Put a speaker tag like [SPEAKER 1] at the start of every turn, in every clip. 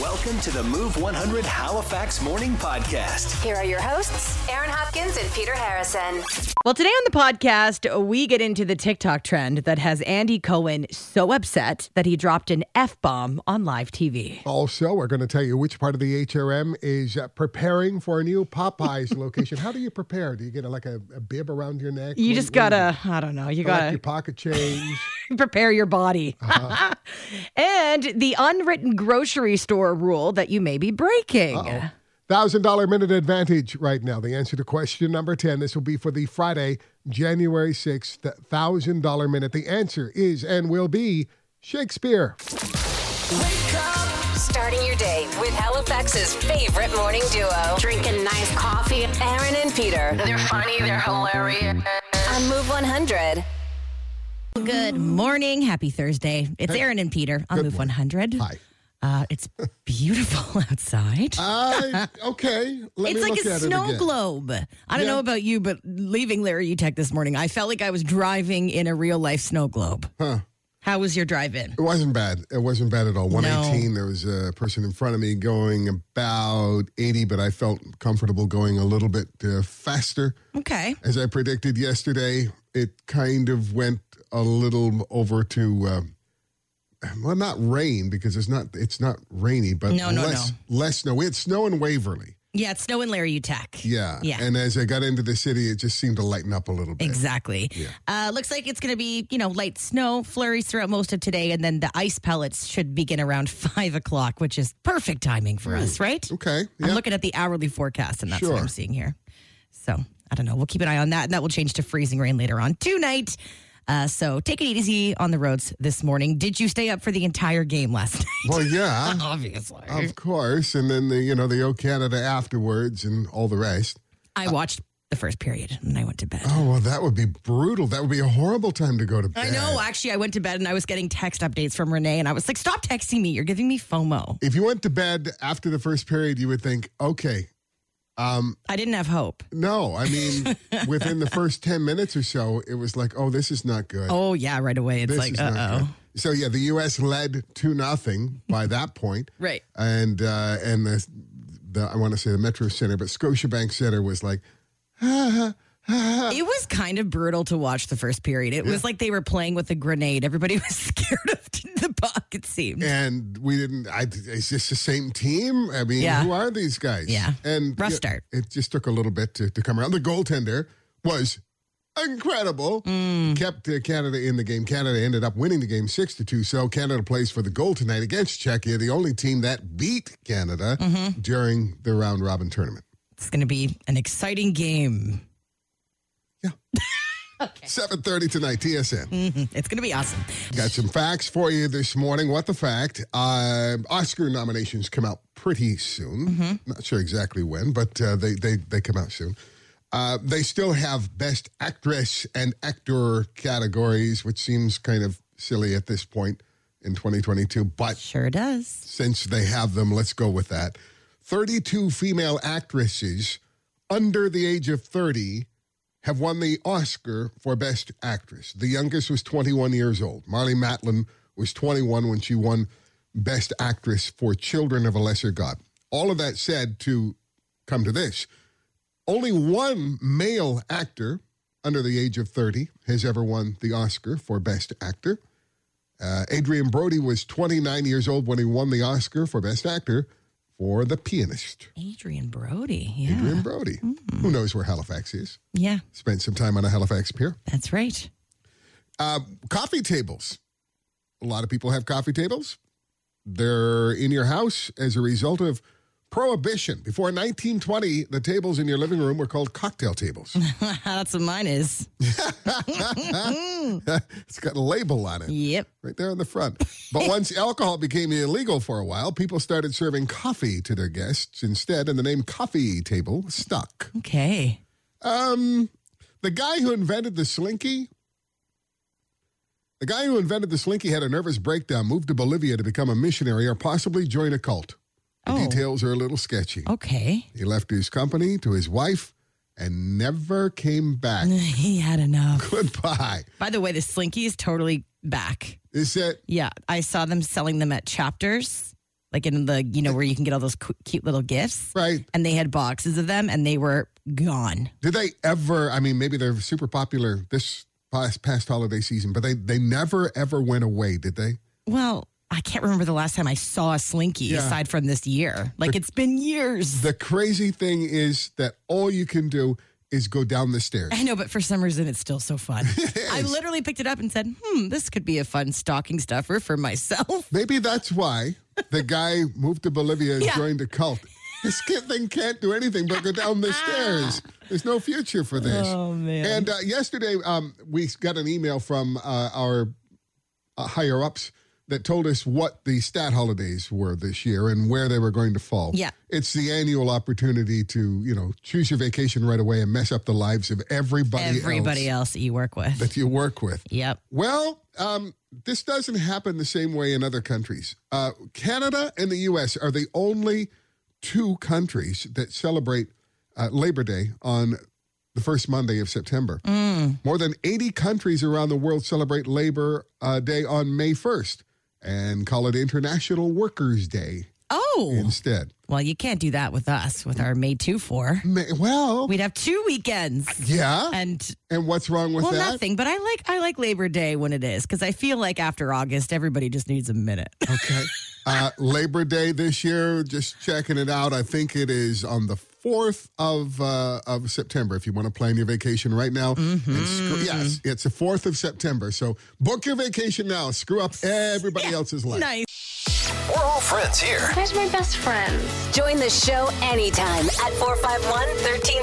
[SPEAKER 1] Welcome to the Move 100 Halifax Morning Podcast.
[SPEAKER 2] Here are your hosts, Aaron Hopkins and Peter Harrison.
[SPEAKER 3] Well, today on the podcast, we get into the TikTok trend that has Andy Cohen so upset that he dropped an F bomb on live TV.
[SPEAKER 4] Also, we're going to tell you which part of the HRM is uh, preparing for a new Popeyes location. How do you prepare? Do you get a, like a, a bib around your neck?
[SPEAKER 3] You
[SPEAKER 4] What-
[SPEAKER 3] just
[SPEAKER 4] what do
[SPEAKER 3] gotta, I don't know, you
[SPEAKER 4] do? Collect
[SPEAKER 3] gotta
[SPEAKER 4] your Uh-huh. pocket change.
[SPEAKER 3] prepare your body. and the unwritten grocery store rule that you may be breaking.
[SPEAKER 4] Thousand dollar minute advantage right now. The answer to question number 10. This will be for the Friday, January 6th, thousand dollar minute. The answer is and will be Shakespeare.
[SPEAKER 2] Starting your day with Halifax's favorite morning duo. Drinking nice coffee, Aaron and Peter. They're funny, they're hilarious. On Move 100.
[SPEAKER 5] Good morning. Happy Thursday. It's Aaron and Peter on Move 100.
[SPEAKER 4] Hi.
[SPEAKER 5] Uh, it's beautiful outside.
[SPEAKER 4] Uh, okay. Let
[SPEAKER 5] it's
[SPEAKER 4] me
[SPEAKER 5] like
[SPEAKER 4] look
[SPEAKER 5] a
[SPEAKER 4] at it
[SPEAKER 5] snow
[SPEAKER 4] again.
[SPEAKER 5] globe. I don't
[SPEAKER 4] Yeah.
[SPEAKER 5] know about you, but leaving Larry Tech this morning, I felt like I was driving in a real life snow globe. Huh. How was your drive in?
[SPEAKER 4] It wasn't bad. It wasn't bad at all. 118, there was a person in front of me going about 80, but I felt comfortable going a little bit uh, faster.
[SPEAKER 5] Okay.
[SPEAKER 4] As I predicted yesterday, it kind of went a little over to, um, well, not rain because it's not it's not rainy, but
[SPEAKER 5] No, no,
[SPEAKER 4] less, less snow. We had snow in Waverly.
[SPEAKER 5] Yeah, it's snow in Larry Tech.
[SPEAKER 4] Yeah.
[SPEAKER 5] Yeah.
[SPEAKER 4] And as I got into the city, it just seemed to lighten up a little bit.
[SPEAKER 5] Exactly. Uh, looks like it's going to be, you know, light snow, flurries throughout most of today, and then the ice pellets should begin around five o'clock, which is perfect timing for us, right?
[SPEAKER 4] Okay. Yeah.
[SPEAKER 5] I'm looking at the hourly forecast, and that's what I'm
[SPEAKER 4] Sure.
[SPEAKER 5] seeing here. So I don't know. We'll keep an eye on that, and that will change to freezing rain later on tonight. Uh, so take it easy on the roads this morning. Did you stay up for the entire game last night?
[SPEAKER 4] well, uh, yeah.
[SPEAKER 5] Obviously,
[SPEAKER 4] Of course, and then the you know the O Canada afterwards and all the rest.
[SPEAKER 5] I watched the first period and I went to bed.
[SPEAKER 4] Oh well, that would be brutal. That would be a horrible time to go to bed.
[SPEAKER 5] I know. Actually, I went to bed and I was getting text updates from Renee, and I was like, "Stop texting me. You're giving me FOMO."
[SPEAKER 4] If you went to bed after the first period, you would think, okay,
[SPEAKER 5] I didn't have hope.
[SPEAKER 4] no. I mean, within the first ten minutes or so, it was like, oh, this is not good.
[SPEAKER 5] Oh yeah, right away. It's
[SPEAKER 4] this
[SPEAKER 5] like,
[SPEAKER 4] is
[SPEAKER 5] uh
[SPEAKER 4] not
[SPEAKER 5] oh.
[SPEAKER 4] good. So yeah, the U.S. led two nothing by that point.
[SPEAKER 5] Right.
[SPEAKER 4] And uh, and the, the I want to say the Metro Center, but Scotiabank Center was like,
[SPEAKER 5] It was kind of brutal to watch the first period. It was like they were playing with a grenade. Everybody was scared of the puck, it seemed.
[SPEAKER 4] and we didn't. I, is this the same team? I mean,
[SPEAKER 5] Yeah.
[SPEAKER 4] who are these guys?
[SPEAKER 5] Yeah.
[SPEAKER 4] and
[SPEAKER 5] Rough
[SPEAKER 4] yeah,
[SPEAKER 5] start.
[SPEAKER 4] It just took a little bit to, to come around. The goaltender was incredible.
[SPEAKER 5] Mm.
[SPEAKER 4] Kept uh, Canada in the game. Canada ended up winning the game six to two. So Canada plays for the gold tonight against Czechia, the only team that beat Canada
[SPEAKER 5] Mm-hmm.
[SPEAKER 4] during the round robin tournament.
[SPEAKER 5] It's going to be an exciting game.
[SPEAKER 4] Seven thirty tonight, TSN.
[SPEAKER 5] It's going to be awesome.
[SPEAKER 4] Got some facts for you this morning. What the fact? Uh, Oscar nominations come out pretty soon. Not sure exactly when, but uh, they, they they come out soon. Uh, they still have best actress and actor categories, which seems kind of silly at this point in 2022. But
[SPEAKER 5] Sure does.
[SPEAKER 4] since they have them, let's go with that. 32 female actresses under the age of 30 have won the Oscar for Best Actress. The youngest was 21 years old. Marley Matlin was 21 when she won Best Actress for Children of a Lesser God. All of that said, to come to this, only one male actor under the age of 30 has ever won the Oscar for Best Actor. Uh, Adrian Brody was 29 years old when he won the Oscar for Best Actor for The Pianist.
[SPEAKER 5] Adrian Brody. Yeah.
[SPEAKER 4] Adrian Brody. Who knows where Halifax is?
[SPEAKER 5] Yeah,
[SPEAKER 4] Spent some time on a Halifax pier.
[SPEAKER 5] that's right.
[SPEAKER 4] Uh, coffee tables. A lot of people have coffee tables. They're in your house as a result of prohibition. Before 1920, the tables in your living room were called cocktail tables.
[SPEAKER 5] that's what mine is.
[SPEAKER 4] it's got a label on it.
[SPEAKER 5] Yep.
[SPEAKER 4] right there on the front. But once alcohol became illegal for a while, people started serving coffee to their guests instead, and the name coffee table stuck. Um,
[SPEAKER 5] Okay.
[SPEAKER 4] The guy who invented the slinky, the guy who invented the slinky had a nervous breakdown, moved to Bolivia to become a missionary or possibly join a cult. The
[SPEAKER 5] Oh.
[SPEAKER 4] details are a little sketchy.
[SPEAKER 5] Okay.
[SPEAKER 4] He left his company to his wife and never came back.
[SPEAKER 5] he had enough.
[SPEAKER 4] Goodbye.
[SPEAKER 5] By the way, the Slinky is totally back.
[SPEAKER 4] Is that
[SPEAKER 5] Yeah, I saw them selling them at Chapters. like in the you know where you can get all those cu- cute little gifts,
[SPEAKER 4] Right.
[SPEAKER 5] And they had boxes of them, and they were gone.
[SPEAKER 4] Did they ever? I mean, maybe they're super popular this past, past holiday season, but they they never ever went away, did they?
[SPEAKER 5] Well, I can't remember the last time I saw a slinky
[SPEAKER 4] Yeah.
[SPEAKER 5] aside from this year. Like it's been years.
[SPEAKER 4] The crazy thing is that all you can do is go down the stairs.
[SPEAKER 5] I know, but for some reason, it's still so fun. I literally picked it up and said, hmm, this could be a fun stocking stuffer for myself.
[SPEAKER 4] Maybe that's why the guy moved to Bolivia and
[SPEAKER 5] Yeah.
[SPEAKER 4] joined a cult. This kid thing can't do anything but go down the stairs. There's no future for this.
[SPEAKER 5] Oh, man.
[SPEAKER 4] And uh, yesterday, um, we got an email from uh, our uh, higher ups that told us what the stat holidays were this year and where they were going to fall.
[SPEAKER 5] Yeah.
[SPEAKER 4] It's the annual opportunity to, you know, choose your vacation right away and mess up the lives of everybody,
[SPEAKER 5] Everybody else that you work with.
[SPEAKER 4] that you work with.
[SPEAKER 5] Yep.
[SPEAKER 4] Well, um, this doesn't happen the same way in other countries. Uh, Canada and the U.S. are the only two countries that celebrate uh, Labor Day on the first Monday of September. More than 80 countries around the world celebrate Labor uh, Day on May 1st and call it International Workers' Day
[SPEAKER 5] Oh,
[SPEAKER 4] instead.
[SPEAKER 5] well, you can't do that with us with our May 2 4.
[SPEAKER 4] May- well,
[SPEAKER 5] We'd have two weekends.
[SPEAKER 4] yeah. And,
[SPEAKER 5] And
[SPEAKER 4] what's wrong with
[SPEAKER 5] well,
[SPEAKER 4] that?
[SPEAKER 5] nothing, but I like I like Labor Day when it is because I feel like after August everybody just needs a minute.
[SPEAKER 4] Okay. Uh, Labor Day this year, just checking it out. I think it is on the 4th of uh, of September if you want to plan your vacation right now. and screw- yes, it's the 4th of September. So book your vacation now. Screw up everybody else's life.
[SPEAKER 5] nice.
[SPEAKER 1] We're all friends here.
[SPEAKER 6] Where's my best friends?
[SPEAKER 2] Join the show anytime at 451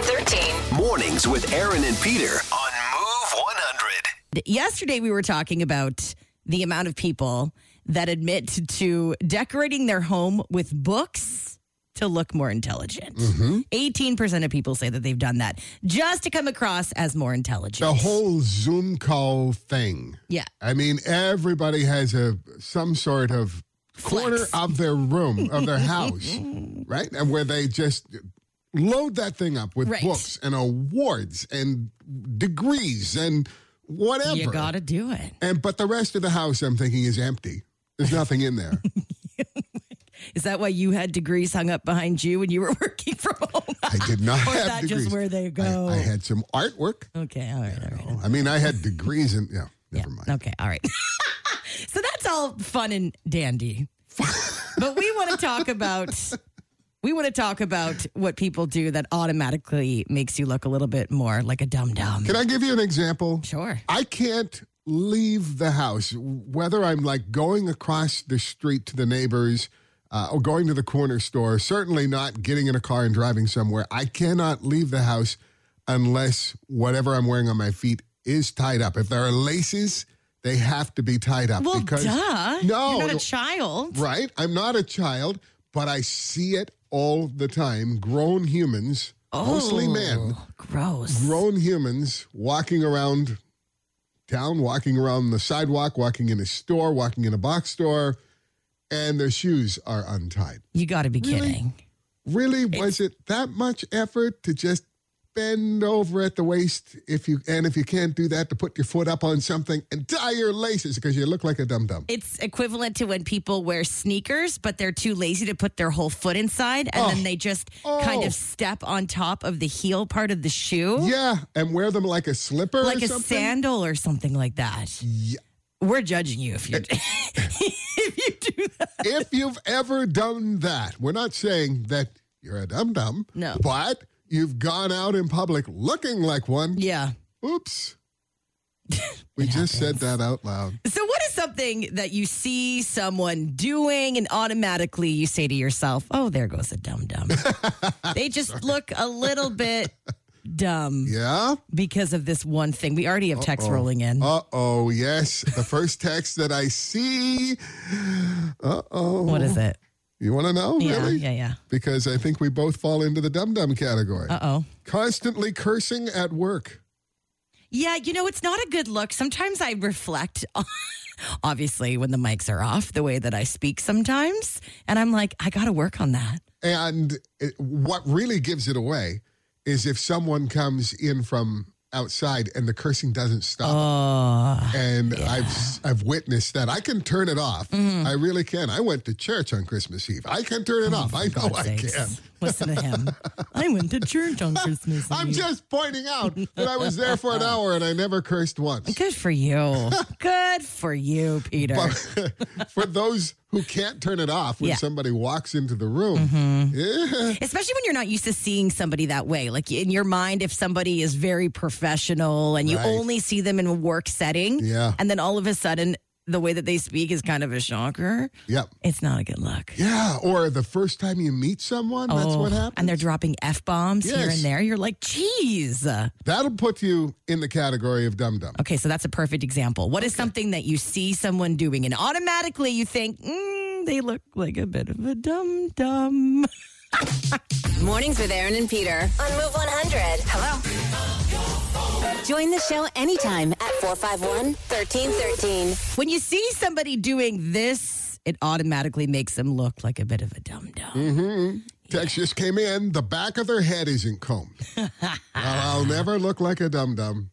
[SPEAKER 2] 1313.
[SPEAKER 1] Mornings with Aaron and Peter on Move 100.
[SPEAKER 5] Yesterday, we were talking about the amount of people that admit to decorating their home with books to look more intelligent.
[SPEAKER 4] Mm-hmm.
[SPEAKER 5] 18% of people say that they've done that just to come across as more intelligent.
[SPEAKER 4] The whole Zoom call thing.
[SPEAKER 5] Yeah.
[SPEAKER 4] I mean, everybody has a some sort of corner of their room of their house, right? And where they just load that thing up with
[SPEAKER 5] Right.
[SPEAKER 4] books and awards and degrees and whatever.
[SPEAKER 5] You got to do it.
[SPEAKER 4] and but the rest of the house, I'm thinking, is empty. There's nothing in there.
[SPEAKER 5] Is that why you had degrees hung up behind you when you were working from home?
[SPEAKER 4] I did not
[SPEAKER 5] Or is
[SPEAKER 4] have
[SPEAKER 5] that just
[SPEAKER 4] degrees.
[SPEAKER 5] where they
[SPEAKER 4] I-
[SPEAKER 5] go?
[SPEAKER 4] I, had some artwork.
[SPEAKER 5] okay, all right, all right.
[SPEAKER 4] I mean, I had degrees and yeah, never mind.
[SPEAKER 5] Okay, all right. so that's all fun and dandy. but we want to talk about we want to talk about what people do that automatically makes you look a little bit more like a dum dum.
[SPEAKER 4] Can I give you an example?
[SPEAKER 5] Sure.
[SPEAKER 4] I can't leave the house, whether I'm like going across the street to the neighbors uh, or going to the corner store, certainly not getting in a car and driving somewhere. I cannot leave the house unless whatever I'm wearing on my feet is tied up. If there are laces, they have to be tied up.
[SPEAKER 5] Well,
[SPEAKER 4] because,
[SPEAKER 5] duh.
[SPEAKER 4] No,
[SPEAKER 5] You're not a child.
[SPEAKER 4] right? I'm not a child, but I see it all the time. Grown humans,
[SPEAKER 5] Oh.
[SPEAKER 4] mostly men,
[SPEAKER 5] Gross.
[SPEAKER 4] grown humans walking around town, walking around the sidewalk, walking in a store, walking in a box store, and their shoes are untied.
[SPEAKER 5] You got to be kidding.
[SPEAKER 4] Really, was it that much effort to just bend over at the waist if you and if you can't do that to put your foot up on something and tie your laces because you look like a dum dum.
[SPEAKER 5] It's equivalent to when people wear sneakers, but they're too lazy to put their whole foot inside, and then they just kind
[SPEAKER 4] Oh.
[SPEAKER 5] of step on top of the heel part of the shoe.
[SPEAKER 4] Yeah, and wear them like a slipper
[SPEAKER 5] like
[SPEAKER 4] or
[SPEAKER 5] a
[SPEAKER 4] something.
[SPEAKER 5] sandal or something like that. We're judging you
[SPEAKER 4] Eh,
[SPEAKER 5] if you if you do that.
[SPEAKER 4] if you've ever done that, we're not saying that you're a dum dum.
[SPEAKER 5] No.
[SPEAKER 4] But you've gone out in public looking like one.
[SPEAKER 5] Yeah.
[SPEAKER 4] Oops. We just said that out loud.
[SPEAKER 5] So what is something that you see someone doing and automatically you say to yourself, "Oh, there goes a dumb dumb." they just look a little bit dumb
[SPEAKER 4] Yeah.
[SPEAKER 5] because of this one thing. We already have text rolling in.
[SPEAKER 4] Uh oh. Yes. The first text that I see. Uh oh.
[SPEAKER 5] What is it?
[SPEAKER 4] You want to know?
[SPEAKER 5] Yeah,
[SPEAKER 4] really?
[SPEAKER 5] yeah, Uh. yeah.
[SPEAKER 4] Because I think we both fall into the dum dum category.
[SPEAKER 5] Uh-oh.
[SPEAKER 4] Constantly cursing at work.
[SPEAKER 5] Yeah, you know, it's not a good look. Sometimes I reflect, on- obviously, when the mics are off, the way that I speak sometimes. And I'm like, I got to work on that.
[SPEAKER 4] And it, what really gives it away is if someone comes in from outside and the cursing doesn't stop.
[SPEAKER 5] Ah,
[SPEAKER 4] and I've I've witnessed that. I can turn it off.
[SPEAKER 5] Mm-hmm.
[SPEAKER 4] I really can. I went to church on Christmas Eve. I can turn it off. Oh, I know I
[SPEAKER 5] Oh, sakes.
[SPEAKER 4] can.
[SPEAKER 5] Listen to him. I went to church on Christmas.
[SPEAKER 4] I'm
[SPEAKER 5] Eve.
[SPEAKER 4] just pointing out that I was there for an hour and I never cursed once.
[SPEAKER 5] Good for you. Good for you, Peter.
[SPEAKER 4] for those who can't turn it off when
[SPEAKER 5] Yeah. Mm-hmm.
[SPEAKER 4] somebody walks into the room, yeah,
[SPEAKER 5] Especially when you're not used to seeing somebody that way. Like in your mind, if somebody is very professional and you
[SPEAKER 4] Right.
[SPEAKER 5] only see them in a work setting,
[SPEAKER 4] Yeah.
[SPEAKER 5] and then all of a sudden the way that they speak is kind of a shocker,
[SPEAKER 4] yep.
[SPEAKER 5] it's not a good look.
[SPEAKER 4] Yeah, or the first time you meet someone, that's what
[SPEAKER 5] Oh,
[SPEAKER 4] happens.
[SPEAKER 5] And they're dropping F bombs here
[SPEAKER 4] Yes.
[SPEAKER 5] and there. You're like, geez.
[SPEAKER 4] That'll put you in the category of dum dum.
[SPEAKER 5] Okay, so that's a perfect example. What is something that you see someone doing and automatically you think, mm, they look like a bit of a dum dum?
[SPEAKER 2] Mornings with Aaron and Peter on Move 100. Hello. Join the show anytime at 451 1313.
[SPEAKER 5] When you see somebody doing this, it automatically makes them look like a bit of a dum dum.
[SPEAKER 4] Text just came in. The back of their head isn't combed. Well, I'll never look like a dum dum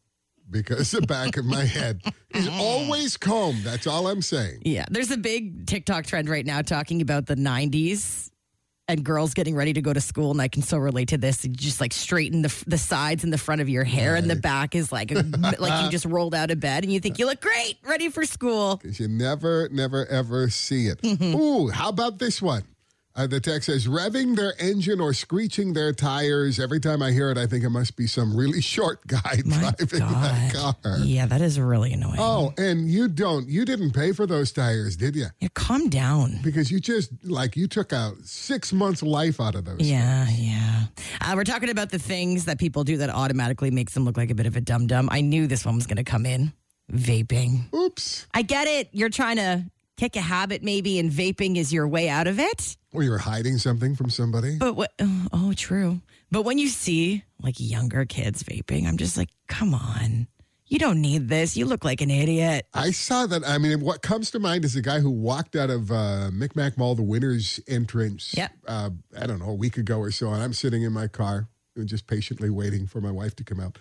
[SPEAKER 4] because the back of my head is always combed. That's all I'm saying.
[SPEAKER 5] Yeah, there's a big TikTok trend right now talking about the 90s and girls getting ready to go to school, and I can so relate to this. You just like straighten the the sides and the front of your hair, and the back is like like you just rolled out of bed, and you think you look great, ready for school.
[SPEAKER 4] 'Cause You never, never, ever see it.
[SPEAKER 5] Mm-hmm.
[SPEAKER 4] Ooh, how about this one? Uh, the text says, revving their engine or screeching their tires. Every time I hear it, I think it must be some really short guy driving that car.
[SPEAKER 5] Yeah, that is really annoying.
[SPEAKER 4] Oh, and you don't, you didn't pay for those tires, did you?
[SPEAKER 5] Yeah, calm down.
[SPEAKER 4] Because you just, like, you took out six months' life out of those.
[SPEAKER 5] Yeah, yeah. Uh, we're talking about the things that people do that automatically makes them look like a bit of a dum dum. I knew this one was going to come in. Vaping.
[SPEAKER 4] Oops.
[SPEAKER 5] I get it. You're trying to kick a habit, maybe, and vaping is your way out of it.
[SPEAKER 4] Or you're hiding something from somebody.
[SPEAKER 5] But what? Oh, true. But when you see like younger kids vaping, I'm just like, come on. You don't need this. You look like an idiot.
[SPEAKER 4] I saw that. I mean, what comes to mind is the guy who walked out of uh, Micmac Mall, the winner's entrance.
[SPEAKER 5] Yep.
[SPEAKER 4] Uh, I don't know, a week ago or so. And I'm sitting in my car and just patiently waiting for my wife to come out.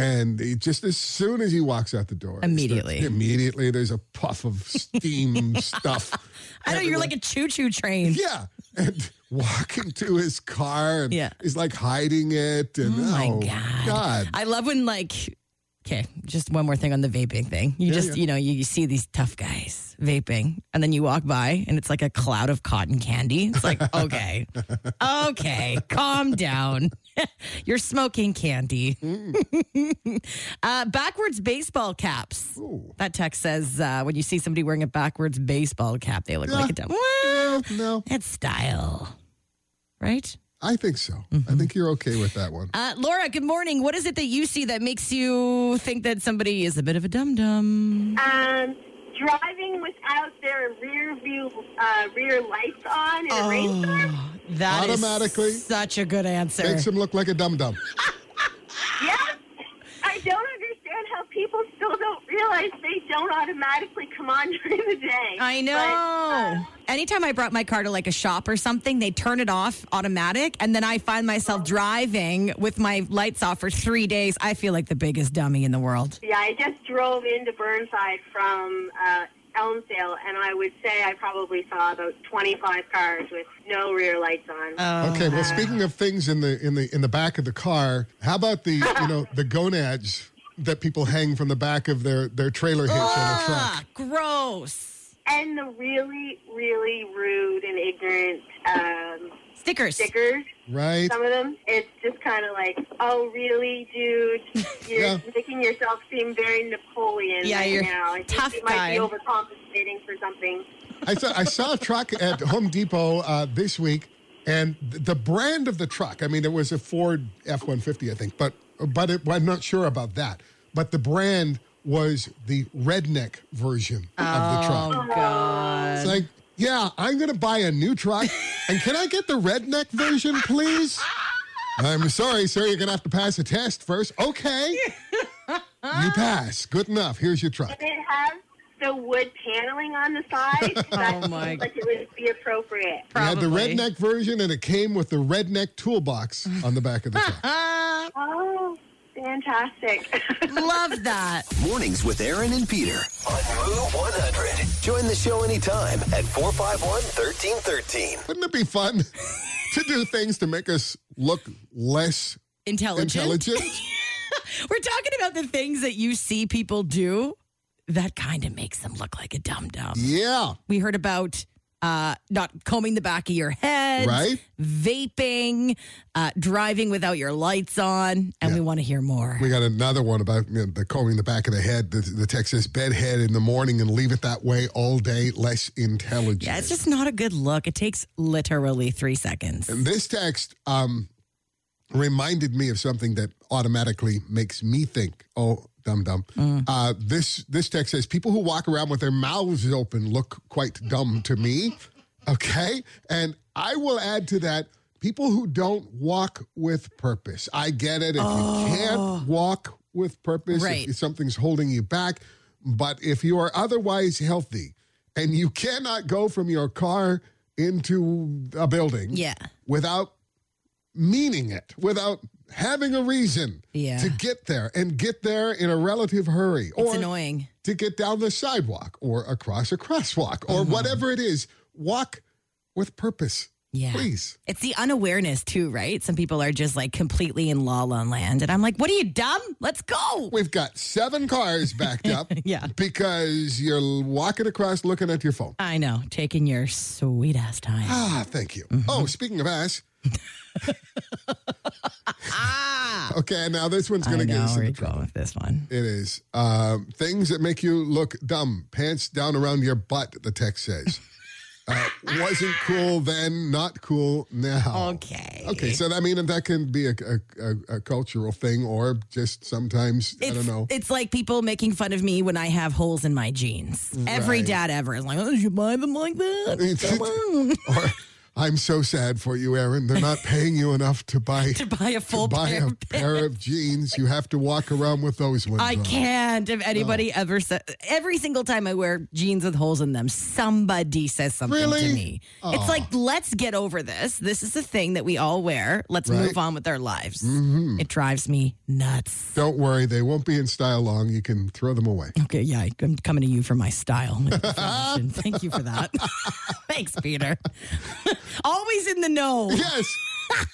[SPEAKER 4] And he, just as soon as he walks out the door,
[SPEAKER 5] Immediately.
[SPEAKER 4] it's the- immediately, there's a puff of steam stuff.
[SPEAKER 5] I know you're
[SPEAKER 4] everywhere.
[SPEAKER 5] like a choo choo train.
[SPEAKER 4] Yeah. And walking to his car and
[SPEAKER 5] Yeah.
[SPEAKER 4] he's like hiding it. And oh,
[SPEAKER 5] my God.
[SPEAKER 4] God.
[SPEAKER 5] I love when like okay, just one more thing on the vaping thing. You just
[SPEAKER 4] yeah.
[SPEAKER 5] you know you, you see these tough guys vaping, and then you walk by and it's like a cloud of cotton candy. It's like okay, okay, calm down. You're smoking candy.
[SPEAKER 4] Mm.
[SPEAKER 5] uh, backwards baseball caps. That text says uh, when you see somebody wearing a backwards baseball cap, they look like a dumb. Well,
[SPEAKER 4] No,
[SPEAKER 5] it's style, right?
[SPEAKER 4] I think so. I think you're okay with that one.
[SPEAKER 5] Uh, Laura, good morning. What is it that you see that makes you think that somebody is a bit of a dum dum?
[SPEAKER 6] Um, driving without their rear view uh, rear lights on in
[SPEAKER 5] Oh.
[SPEAKER 6] a rainstorm.
[SPEAKER 5] That is
[SPEAKER 4] Automatically.
[SPEAKER 5] such a good answer.
[SPEAKER 4] Makes him look like a dum dum.
[SPEAKER 6] Yeah, I don't understand how people still don't realize they don't automatically come on during the day.
[SPEAKER 5] I know.
[SPEAKER 6] But, uh,
[SPEAKER 5] Anytime I brought my car to like a shop or something, they turn it off automatic, and then I find myself driving with my lights off for three days. I feel like the biggest dummy in the world.
[SPEAKER 6] yeah, I just drove into Burnside from uh, Elmsdale, and I would say I probably saw about twenty-five cars with no rear lights on.
[SPEAKER 5] Oh.
[SPEAKER 4] Okay, well, speaking of things in the in the in the back of the car, how about the you know the gonads that people hang from the back of their their trailer hitch on the truck?
[SPEAKER 5] Ah, gross.
[SPEAKER 6] and the really, really rude and ignorant um,
[SPEAKER 5] Stickers.
[SPEAKER 6] stickers.
[SPEAKER 4] Right?
[SPEAKER 6] Some of them, it's just kind of like, oh, really, dude? You're
[SPEAKER 4] Yeah.
[SPEAKER 6] making yourself seem very Napoleon
[SPEAKER 5] Yeah,
[SPEAKER 6] right
[SPEAKER 5] you're
[SPEAKER 6] now. I think
[SPEAKER 5] tough
[SPEAKER 6] you might
[SPEAKER 5] guy.
[SPEAKER 6] be overcompensating for something.
[SPEAKER 4] I saw I saw a truck at Home Depot uh, this week, and th- the brand of the truck. I mean, it was a Ford F one fifty, I think, but but it, well, I'm not sure about that. But the brand was the redneck version of the truck.
[SPEAKER 5] Oh, God.
[SPEAKER 4] It's like, yeah, I'm going to buy a new truck. and can I get the redneck version, please? I'm sorry, sir. You're going to have to pass a test first. Okay. you pass. Good enough. Here's your truck.
[SPEAKER 6] Did it have the wood paneling on the side? That
[SPEAKER 5] Oh my-
[SPEAKER 6] seems like it would be appropriate.
[SPEAKER 4] You had the
[SPEAKER 5] Probably.
[SPEAKER 4] redneck
[SPEAKER 5] Ah,
[SPEAKER 4] version, and it came with the redneck toolbox on the back of the truck.
[SPEAKER 6] Oh, fantastic. fantastic.
[SPEAKER 5] Love that.
[SPEAKER 1] Mornings with Aaron and Peter on Move 100. Join the show anytime at 451 1313.
[SPEAKER 4] Wouldn't it be fun to do things to make us look less
[SPEAKER 5] Intelligent.
[SPEAKER 4] intelligent?
[SPEAKER 5] We're talking about the things that you see people do that kind of makes them look like a dum dum.
[SPEAKER 4] yeah.
[SPEAKER 5] We heard about uh, not combing the back of your head,
[SPEAKER 4] Right.
[SPEAKER 5] Vaping, uh, driving without your lights on, and we want to hear more.
[SPEAKER 4] We got another one about you know, the combing the back of the head. The, the text says, bed head in the morning and leave it that way all day, less intelligent.
[SPEAKER 5] yeah, it's just not a good look. It takes literally three seconds.
[SPEAKER 4] This text um, reminded me of something that automatically makes me think, oh, dumb, dumb. Uh, this, this text says, people who walk around with their mouths open look quite dumb to me. Okay. And I will add to that people who don't walk with purpose. I get it. If you can't walk with purpose,
[SPEAKER 5] Right.
[SPEAKER 4] if something's holding you back, but if you are otherwise healthy and you cannot go from your car into a building
[SPEAKER 5] Yeah.
[SPEAKER 4] without meaning it, without having a reason
[SPEAKER 5] Yeah.
[SPEAKER 4] to get there and get there in a relative hurry
[SPEAKER 5] It's annoying.
[SPEAKER 4] to get down the sidewalk or across a crosswalk
[SPEAKER 5] Uh-huh.
[SPEAKER 4] or whatever it is. Walk with purpose.
[SPEAKER 5] Yeah.
[SPEAKER 4] Please.
[SPEAKER 5] It's the unawareness too, right? Some people are just like completely in la la land, and I'm like, "What are you dumb? Let's go!"
[SPEAKER 4] We've got seven cars backed up
[SPEAKER 5] Yeah.
[SPEAKER 4] because you're walking across looking at your phone.
[SPEAKER 5] I know, taking your sweet ass time.
[SPEAKER 4] Ah, thank you.
[SPEAKER 5] Mm-hmm.
[SPEAKER 4] Oh, speaking of ass. okay, now this one's going
[SPEAKER 5] I
[SPEAKER 4] to get
[SPEAKER 5] know
[SPEAKER 4] us
[SPEAKER 5] where
[SPEAKER 4] into
[SPEAKER 5] you're
[SPEAKER 4] trouble.
[SPEAKER 5] going with this one.
[SPEAKER 4] It is. Um, things that make you look dumb. Pants down around your butt, the text says. Uh, wasn't cool then, not cool now.
[SPEAKER 5] Okay.
[SPEAKER 4] Okay, so that I mean that can be a, a, a, a cultural thing, or just sometimes I don't know.
[SPEAKER 5] It's like people making fun of me when I have holes in my jeans. Every
[SPEAKER 4] Right.
[SPEAKER 5] dad ever is like, oh, you buy them like that? Come on.
[SPEAKER 4] or I'm so sad for you, Aaron. They're not paying you enough to buy
[SPEAKER 5] to buy a full
[SPEAKER 4] buy
[SPEAKER 5] pair.
[SPEAKER 4] a
[SPEAKER 5] of pants.
[SPEAKER 4] pair uh, of jeans. You have to walk around with those ones.
[SPEAKER 5] I
[SPEAKER 4] on.
[SPEAKER 5] can't. If anybody
[SPEAKER 4] Oh.
[SPEAKER 5] ever said, every single time I wear jeans with holes in them, somebody says something
[SPEAKER 4] Really?
[SPEAKER 5] to me. It's like, let's get over this. This is the thing that we all wear. Let's
[SPEAKER 4] Right. Mm-hmm.
[SPEAKER 5] move on with our lives. It drives me nuts.
[SPEAKER 4] Don't worry, they won't be in style long. You can throw them away.
[SPEAKER 5] Okay, yeah, I- I'm coming to you for my style. information. Thank you for that. Thanks, Peter. Always in the know.
[SPEAKER 4] Yes.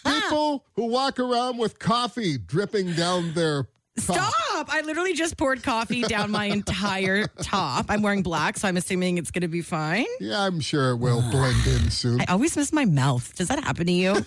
[SPEAKER 4] People who walk around with coffee dripping down their top.
[SPEAKER 5] Stop! I literally just poured coffee down my entire top. I'm wearing black, so I'm assuming it's going to be fine.
[SPEAKER 4] Yeah, I'm sure it will blend in soon.
[SPEAKER 5] I always miss my mouth. Does that happen to you?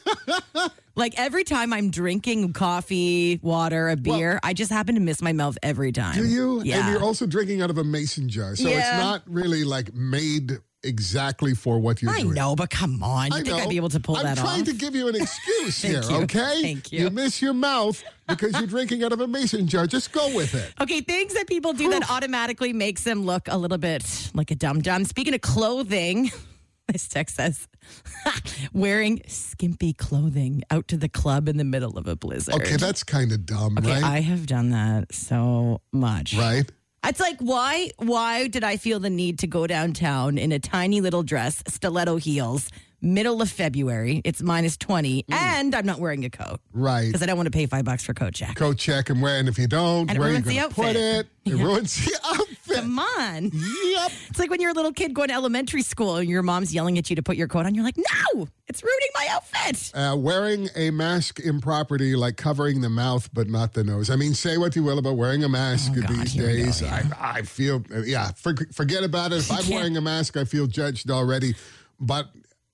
[SPEAKER 5] like every time I'm drinking coffee, water, a beer, I just happen to miss my mouth every time.
[SPEAKER 4] Do you?
[SPEAKER 5] Yeah.
[SPEAKER 4] And you're also drinking out of a mason jar. So
[SPEAKER 5] Yeah.
[SPEAKER 4] it's not really like made exactly for what you're
[SPEAKER 5] I
[SPEAKER 4] doing.
[SPEAKER 5] know, but come on. You
[SPEAKER 4] I
[SPEAKER 5] think I'd
[SPEAKER 4] know.
[SPEAKER 5] be able to pull
[SPEAKER 4] I'm
[SPEAKER 5] that
[SPEAKER 4] trying
[SPEAKER 5] off?
[SPEAKER 4] to give you an excuse here,
[SPEAKER 5] you.
[SPEAKER 4] okay?
[SPEAKER 5] Thank you.
[SPEAKER 4] You miss your mouth because you're drinking out of a mason jar. Just go with it.
[SPEAKER 5] Okay, things that people do that automatically makes them look a little bit like a dum dum. Speaking of clothing, this text says wearing skimpy clothing out to the club in the middle of a blizzard.
[SPEAKER 4] Okay, that's kind of dumb,
[SPEAKER 5] Okay,
[SPEAKER 4] right?
[SPEAKER 5] I have done that so much.
[SPEAKER 4] right?
[SPEAKER 5] It's like why why did I feel the need to go downtown in a tiny little dress, stiletto heels, middle of February? It's minus 20 and I'm not wearing a coat
[SPEAKER 4] Mm. Right.
[SPEAKER 5] because I don't want to pay 5 bucks for a coat check.
[SPEAKER 4] Go check and where, and if you don't,
[SPEAKER 5] And it
[SPEAKER 4] where you
[SPEAKER 5] ruins the
[SPEAKER 4] going to put it?
[SPEAKER 5] outfit.
[SPEAKER 4] It ruins the outfit.
[SPEAKER 5] Come on.
[SPEAKER 4] Yep.
[SPEAKER 5] It's like when you're a little kid going to elementary school and your mom's yelling at you to put your coat on. You're like, no, it's ruining my outfit.
[SPEAKER 4] Uh, wearing a mask improperty, like covering the mouth but not the nose. I mean, say what you will about wearing a mask
[SPEAKER 5] Oh, God,
[SPEAKER 4] these
[SPEAKER 5] here we go,
[SPEAKER 4] days. I, I feel, uh, yeah, for, forget about it. If I'm
[SPEAKER 5] can't-
[SPEAKER 4] wearing a mask, I feel judged already. But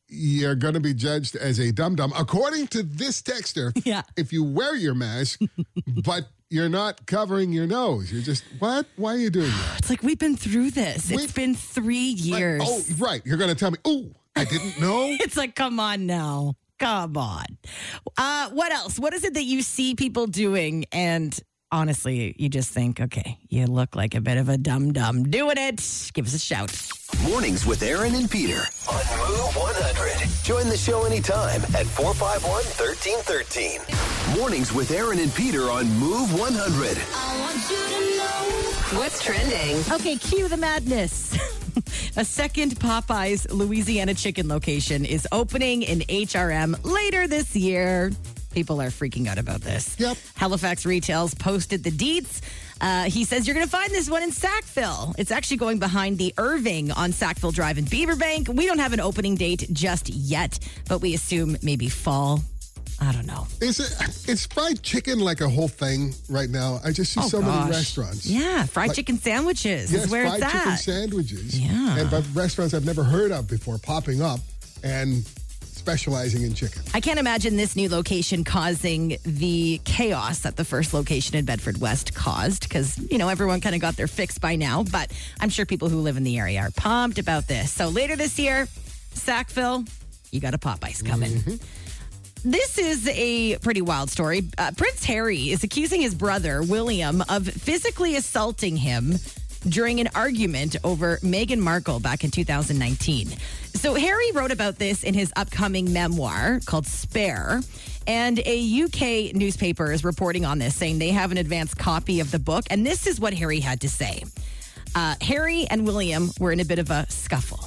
[SPEAKER 4] you're going to be judged as a dum dum. According to this texter,
[SPEAKER 5] Yeah.
[SPEAKER 4] if you wear your mask, but you're not covering your nose, you're just, what? Why are you doing that?
[SPEAKER 5] It's like we've been through this.
[SPEAKER 4] We've-
[SPEAKER 5] it's been three years.
[SPEAKER 4] Oh, right. You're going to tell me, ooh, I didn't know.
[SPEAKER 5] It's like, come on now. Come on. Uh, what else? What is it that you see people doing? And honestly, you just think, okay, you look like a bit of a dum dum doing it. Give us a shout.
[SPEAKER 1] Mornings with Aaron and Peter on Move 100. Join the show anytime at 451 1313. Mornings with Aaron and Peter on Move 100.
[SPEAKER 2] What's trending?
[SPEAKER 5] Okay, cue the madness. A second Popeyes Louisiana chicken location is opening in HRM later this year. People are freaking out about this.
[SPEAKER 4] Yep.
[SPEAKER 5] Halifax Retails posted the deets. Uh, he says, You're going to find this one in Sackville. It's actually going behind the Irving on Sackville Drive in Beaverbank. We don't have an opening date just yet, but we assume maybe fall. I don't know.
[SPEAKER 4] Is it? It's fried chicken like a whole thing right now. I just see so many
[SPEAKER 5] Oh, gosh.
[SPEAKER 4] restaurants.
[SPEAKER 5] Yeah, fried chicken sandwiches
[SPEAKER 4] Yes,
[SPEAKER 5] is where
[SPEAKER 4] fried
[SPEAKER 5] it's at.
[SPEAKER 4] chicken sandwiches.
[SPEAKER 5] Yeah.
[SPEAKER 4] And but restaurants I've never heard of before popping up and specializing in chicken.
[SPEAKER 5] I can't imagine this new location causing the chaos that the first location in Bedford West caused because, you know, everyone kind of got their fix by now. But I'm sure people who live in the area are pumped about this. So later this year, Sackville, you got a Popeyes coming. This is a pretty wild story. Uh, Prince Harry is accusing his brother, William, of physically assaulting him during an argument over Meghan Markle back in 2019. So, Harry wrote about this in his upcoming memoir called Spare. And a UK newspaper is reporting on this, saying they have an advanced copy of the book. And this is what Harry had to say uh, Harry and William were in a bit of a scuffle.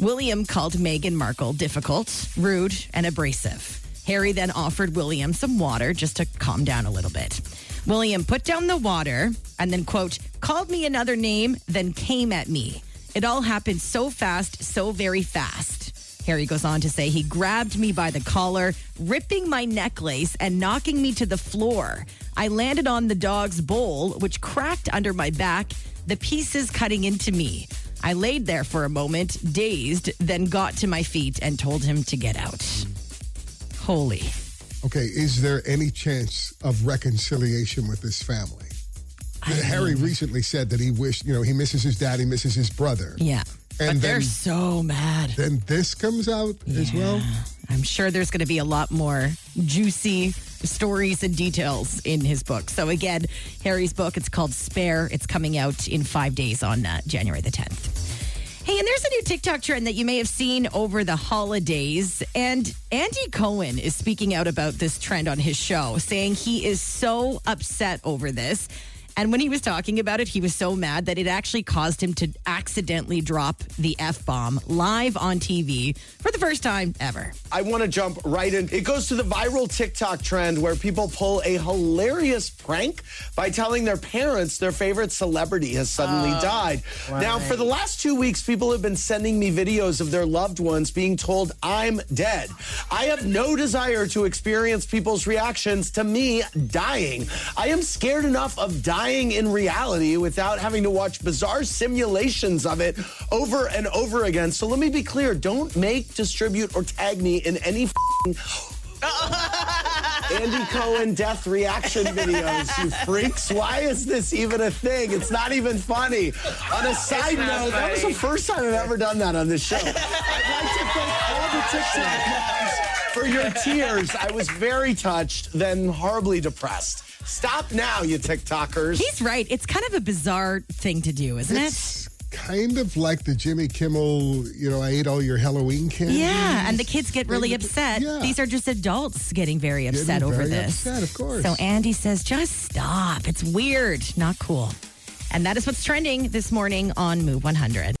[SPEAKER 5] William called Meghan Markle difficult, rude, and abrasive. Harry then offered William some water just to calm down a little bit. William put down the water and then, quote, called me another name, then came at me. It all happened so fast, so very fast. Harry goes on to say he grabbed me by the collar, ripping my necklace and knocking me to the floor. I landed on the dog's bowl, which cracked under my back, the pieces cutting into me. I laid there for a moment, dazed, then got to my feet and told him to get out. Holy.
[SPEAKER 4] Okay, is there any chance of reconciliation with this family? Harry recently said that he wished, you know, he misses his dad, he misses his brother.
[SPEAKER 5] Yeah.
[SPEAKER 4] And
[SPEAKER 5] but they're
[SPEAKER 4] then-
[SPEAKER 5] so mad.
[SPEAKER 4] Then this comes out as well.
[SPEAKER 5] I'm sure there's going to be a lot more juicy stories and details in his book. So again, Harry's book, it's called Spare. It's coming out in five days on uh, January the 10th. Hey, and there's a new TikTok trend that you may have seen over the holidays. And Andy Cohen is speaking out about this trend on his show, saying he is so upset over this. And when he was talking about it, he was so mad that it actually caused him to accidentally drop the F bomb live on TV for the first time ever.
[SPEAKER 7] I want to jump right in. It goes to the viral TikTok trend where people pull a hilarious prank by telling their parents their favorite celebrity has suddenly died. Now, for the last two weeks, people have been sending me videos of their loved ones being told, I'm dead. I have no desire to experience people's reactions to me dying. I am scared enough of dying in reality without having to watch bizarre simulations of it over and over again. So let me be clear don't make, distribute, or tag me in any fing Andy Cohen death reaction videos, you freaks. Why is this even a thing? It's not even funny. On a side note, that was the first time I've ever done that on this show. I'd like to thank all the TikTok moms for your tears. I was very touched, then horribly depressed. Stop now, you TikTokers.
[SPEAKER 5] He's right. It's kind of a bizarre thing to do, isn't it?
[SPEAKER 4] It's kind of like the Jimmy Kimmel, you know, I ate all your Halloween candy.
[SPEAKER 5] Yeah,
[SPEAKER 4] Mm-hmm.
[SPEAKER 5] and the kids get really upset.
[SPEAKER 4] Yeah.
[SPEAKER 5] These are just adults getting very
[SPEAKER 4] Getting
[SPEAKER 5] upset over
[SPEAKER 4] very
[SPEAKER 5] this.
[SPEAKER 4] upset, of course.
[SPEAKER 5] So Andy says, just stop. It's weird, not cool. And that is what's trending this morning on Move 100.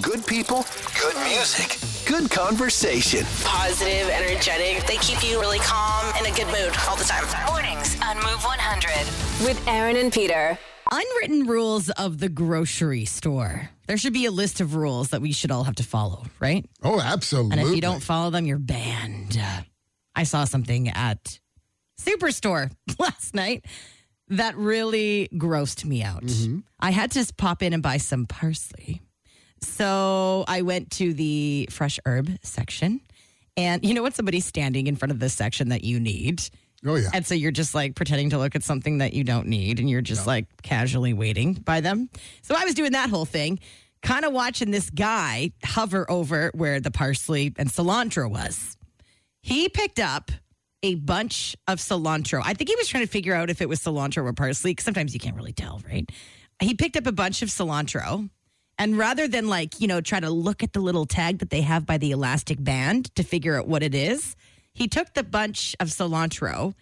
[SPEAKER 1] Good people, good music, good conversation.
[SPEAKER 2] Positive, energetic. They keep you really calm and in a good mood all the time. Mornings on Move 100 with Aaron and Peter.
[SPEAKER 5] Unwritten rules of the grocery store. There should be a list of rules that we should all have to follow, right?
[SPEAKER 4] Oh, absolutely.
[SPEAKER 5] And if you don't follow them, you're banned. I saw something at Superstore last night that really grossed me out. I had to pop in and buy some parsley. So I went to the fresh herb section. And you know what? Somebody's standing in front of the section that you need.
[SPEAKER 4] Oh, yeah.
[SPEAKER 5] And so you're just like pretending to look at something that you don't need and you're just like casually waiting by them. So I was doing that whole thing, kind of watching this guy hover over where the parsley and cilantro was. He picked up a bunch of cilantro. I think he was trying to figure out if it was cilantro or parsley because sometimes you can't really tell, right? He picked up a bunch of cilantro. And rather than like, you know, try to look at the little tag that they have by the elastic band to figure out what it is, he took the bunch of cilantro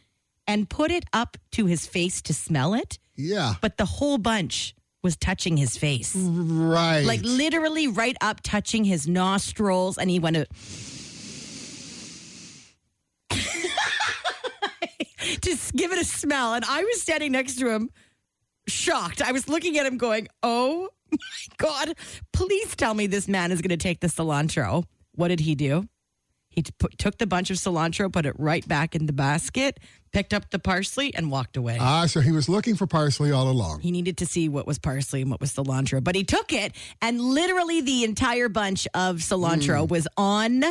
[SPEAKER 5] and put it up to his face to smell it,
[SPEAKER 4] yeah.
[SPEAKER 5] but the whole bunch was touching his face.
[SPEAKER 4] Right.
[SPEAKER 5] Like literally right up touching his nostrils and he went to to s- give it a smell, and I was standing next to him, shocked. I was looking at him, going, "Oh my god! Please tell me this man is going to take the cilantro." What did he do? He t- put, took the bunch of cilantro, put it right back in the basket, picked up the parsley, and walked away.
[SPEAKER 4] Ah, so he was looking for parsley all along.
[SPEAKER 5] He needed to see what was parsley and what was cilantro, but he took it, and literally the entire bunch of
[SPEAKER 4] Mm.
[SPEAKER 5] cilantro was on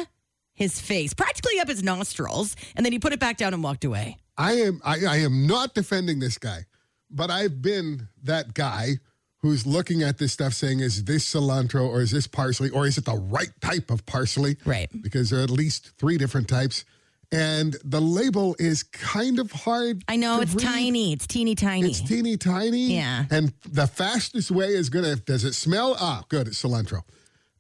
[SPEAKER 5] his face, practically up his nostrils, and then he put it back down and walked away.
[SPEAKER 4] I am I, I am not defending this guy, but I've been that guy who's looking at this stuff saying, is this cilantro or is this parsley or is it the right type of parsley?
[SPEAKER 5] Right.
[SPEAKER 4] Because there are at least three different types. And the label is kind of hard.
[SPEAKER 5] I know
[SPEAKER 4] to
[SPEAKER 5] it's
[SPEAKER 4] read.
[SPEAKER 5] tiny, it's teeny tiny.
[SPEAKER 4] It's teeny tiny.
[SPEAKER 5] Yeah.
[SPEAKER 4] And the fastest way is gonna does it smell? Ah, good, it's cilantro.